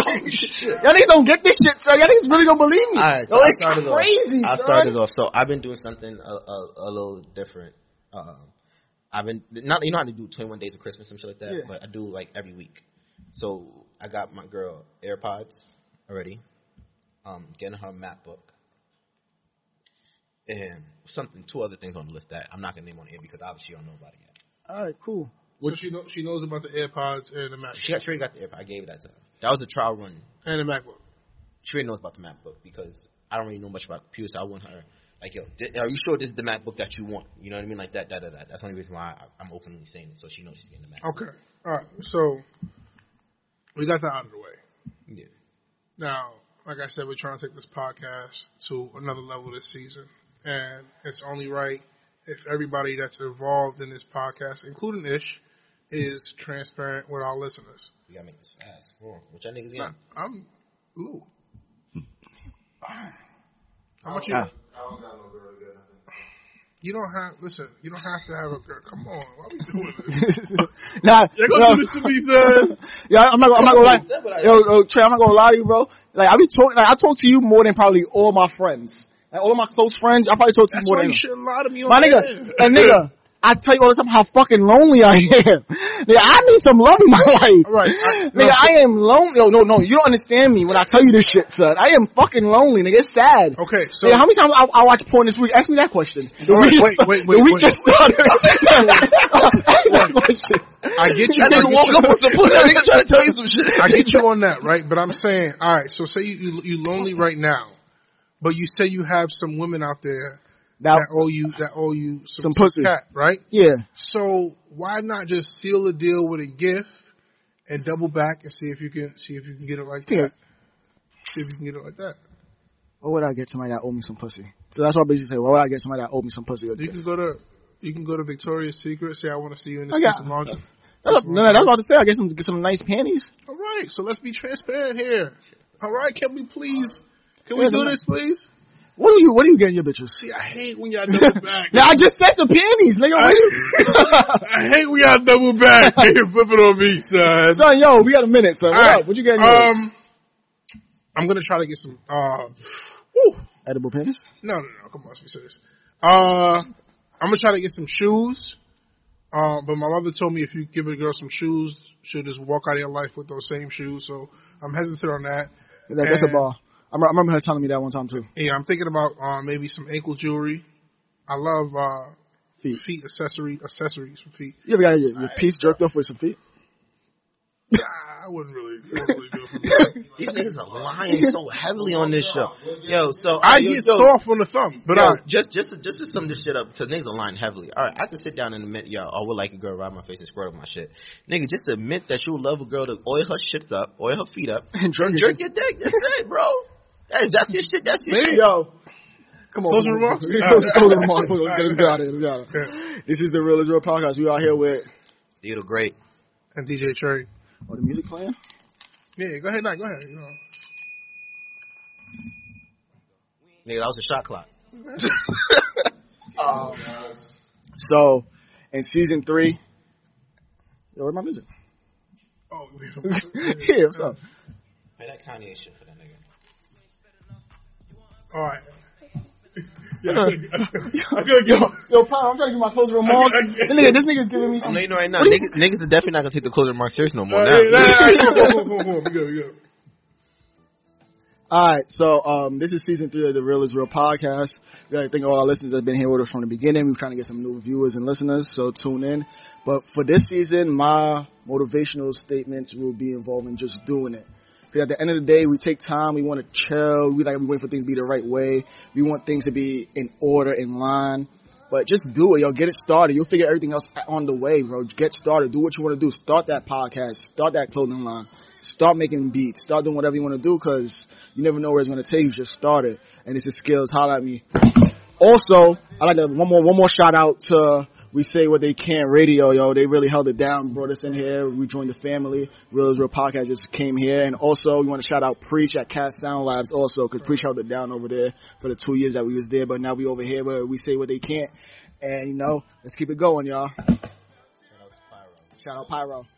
don't, y'all niggas don't get this shit, son. Y'all niggas really don't believe me.
All right, so
Yo,
I
it's
started
crazy,
off. I
son.
started off. So I've been doing something a, a, a little different. Um, I've been not you know how to do 21 days of Christmas and shit like that,
Yeah.
but I do like every week. So I got my girl AirPods already. Um, getting her MacBook and something two other things on the list that I'm not gonna name on air because obviously you don't know about it yet.
All right, cool.
So she know, she knows about the AirPods and the Mac
She got she already got the AirPod. I gave that to her. That was a trial run.
and the MacBook.
she already knows about the MacBook because I don't really know much about computers. So I want her like, yo, th- are you sure this is the MacBook that you want? You know what I mean? Like that, that, that. that. That's the only reason why I, I'm openly saying it, so she knows she's getting the Mac.
Okay, all right. So we got that out of the way.
Yeah.
Now, like I said, we're trying to take this podcast to another level this season, and it's only right if everybody that's involved in this podcast, including Ish, is transparent with our listeners.
We gotta make this fast. Come on. What y'all niggas
Now,
getting?
I'm Lou.
Hmm.
How much you?
I don't got no girl to get nothing.
You don't have. Listen, you don't have to have a girl. Come on, why we doing this?
(laughs) nah,
They're gonna
yo.
do this to me, son.
(laughs) Yeah, I'm not. I'm not gonna lie.
That's what I-
Yo, yo, Trey, I'm not gonna lie to you, bro. Like I be talking. Like, I talk to you more than probably all my friends. Like all of my close friends, I probably talk to
That's
you more
why
than
you
them.
shouldn't lie to me. On
my
the
nigga.
air.
A nigga. I tell you all the time how fucking lonely I am. (laughs) Nigga, I need some love in my (laughs) life.
Right, I-
nigga, I am lonely. No, no, no. You don't understand me when I tell you this shit, son. I am fucking lonely, nigga. It's sad.
Oh,
Okay, so
Nigga, how many times I, I watched porn this week? Ask me that question. The
All right,
week-
wait, wait, wait,
the week
wait.
just started. (laughs) Ask that question.
I
(laughs)
get you.
That
I
nigga
get
walk
you.
up on some pussy. That nigga trying to tell you some shit.
I get you on that, right? But I'm saying, all right. So say you you, you lonely right now, but you say you have some women out there
Now,
that owe you that owe you
Some
some,
pussy.
cat, right?
yeah.
So why not just seal the deal with a gift and double back and see if you can see if you can get it like
Yeah.
that. See if you can get it like that.
What would I get somebody that owe me some pussy? So that's what I basically say. Why would I get somebody that owe me some pussy?
You can go to you can go to Victoria's Secret. Say I want to see you in this
I
piece
got-
of laundry.
That's what, no, no, that's what I was about to say. I get some, get some nice panties.
All right. So let's be transparent here. All right. Can we please? Can
Yeah,
we do
no.
this, please?
What are you, what are you getting your bitches?
See, I hate when
(laughs)
y'all double back.
Now I just said some panties, nigga. What are you?
(laughs) I hate when y'all
(laughs)
double back and flip it on me, son.
son, yo, we got a minute, son.
All
What
right.
up? What you getting? yours?
Um, I'm gonna try to get some. Uh, whew.
Edible panties.
no, no, no. Come on, let's be serious. Uh, I'm gonna try to get some shoes. Uh, but my mother told me if you give a girl some shoes, she'll just walk out of your life with those same shoes. So I'm hesitant on that.
That, that's a
And-
ball. I remember- I remember her telling me that one time too.
Yeah, I'm thinking about uh, maybe some ankle jewelry. I love uh,
Feet.
feet accessory accessories for feet.
You ever got your, your piece jerked off with some feet?
Nah, I wouldn't really, I wouldn't really do it for me.
These niggas are lying so heavily on this show. Yo, so uh,
I
yo,
get
yo,
soft on the thumb, but
yo,
I,
just just to- just to sum this shit up because niggas are lying heavily. All right, I can sit down and admit, yo, I would like a girl to ride my face and squirt up my shit. Nigga, just admit that you would love a girl to oil her shits up, oil her feet up,
And jerk it.
jerk your dick. That's it, bro. Hey, that's your shit. That's your shit.
Yo. Come on.
Closing remarks?
(laughs) Closing closing remarks. Let's get- let's get out of here. Let's get out of here. This is the Real Israel podcast. We out here with,
Theodore Great.
and DJ Trey.
oh, the music playing?
Yeah, go ahead, nah, go ahead. You know.
Nigga, that was a shot clock.
So, in season three, yo, where my music? (laughs)
Oh,
yeah, what's up?
Play that Kanye shit for that nigga.
All right.
(laughs) yo, yo, Power, I'm trying to get my closing remarks. This nigga, this nigga's giving me
I'm
some.
letting Oh, you know right now, niggas, niggas are definitely not gonna take the closing remarks serious no more.
Nah,
now.
nah, nah, nah, cool, cool, cool, cool. We good, we good.
All right, so um, this is season three of the Real is Real podcast. We gotta thank all our listeners that have been here with us from the beginning. We're trying to get some new viewers and listeners, so tune in. But for this season, my motivational statements will be involving just doing it. Because at the end of the day, we take time. We want to chill. We like we wait for things to be the right way. We want things to be in order, in line. But just do it, yo. Get it started. You'll figure everything else on the way, bro. Get started. Do what you want to do. Start that podcast. Start that clothing line. Start making beats. Start doing whatever you want to do because you never know where it's going to take you. Just start it. And it's the skills. Holla at me. Also, I like to one more one more shout out to We say what they can radio, yo. They really held it down, brought us in here. We joined the family. Real is Real Podcast just came here. And also, we want to shout out Preach at Cast Sound Labs also, cause Preach held it down over there for the two years that we was there. But now we over here where we say what they can't. And you know, let's keep it going, y'all. Shout out Pyro.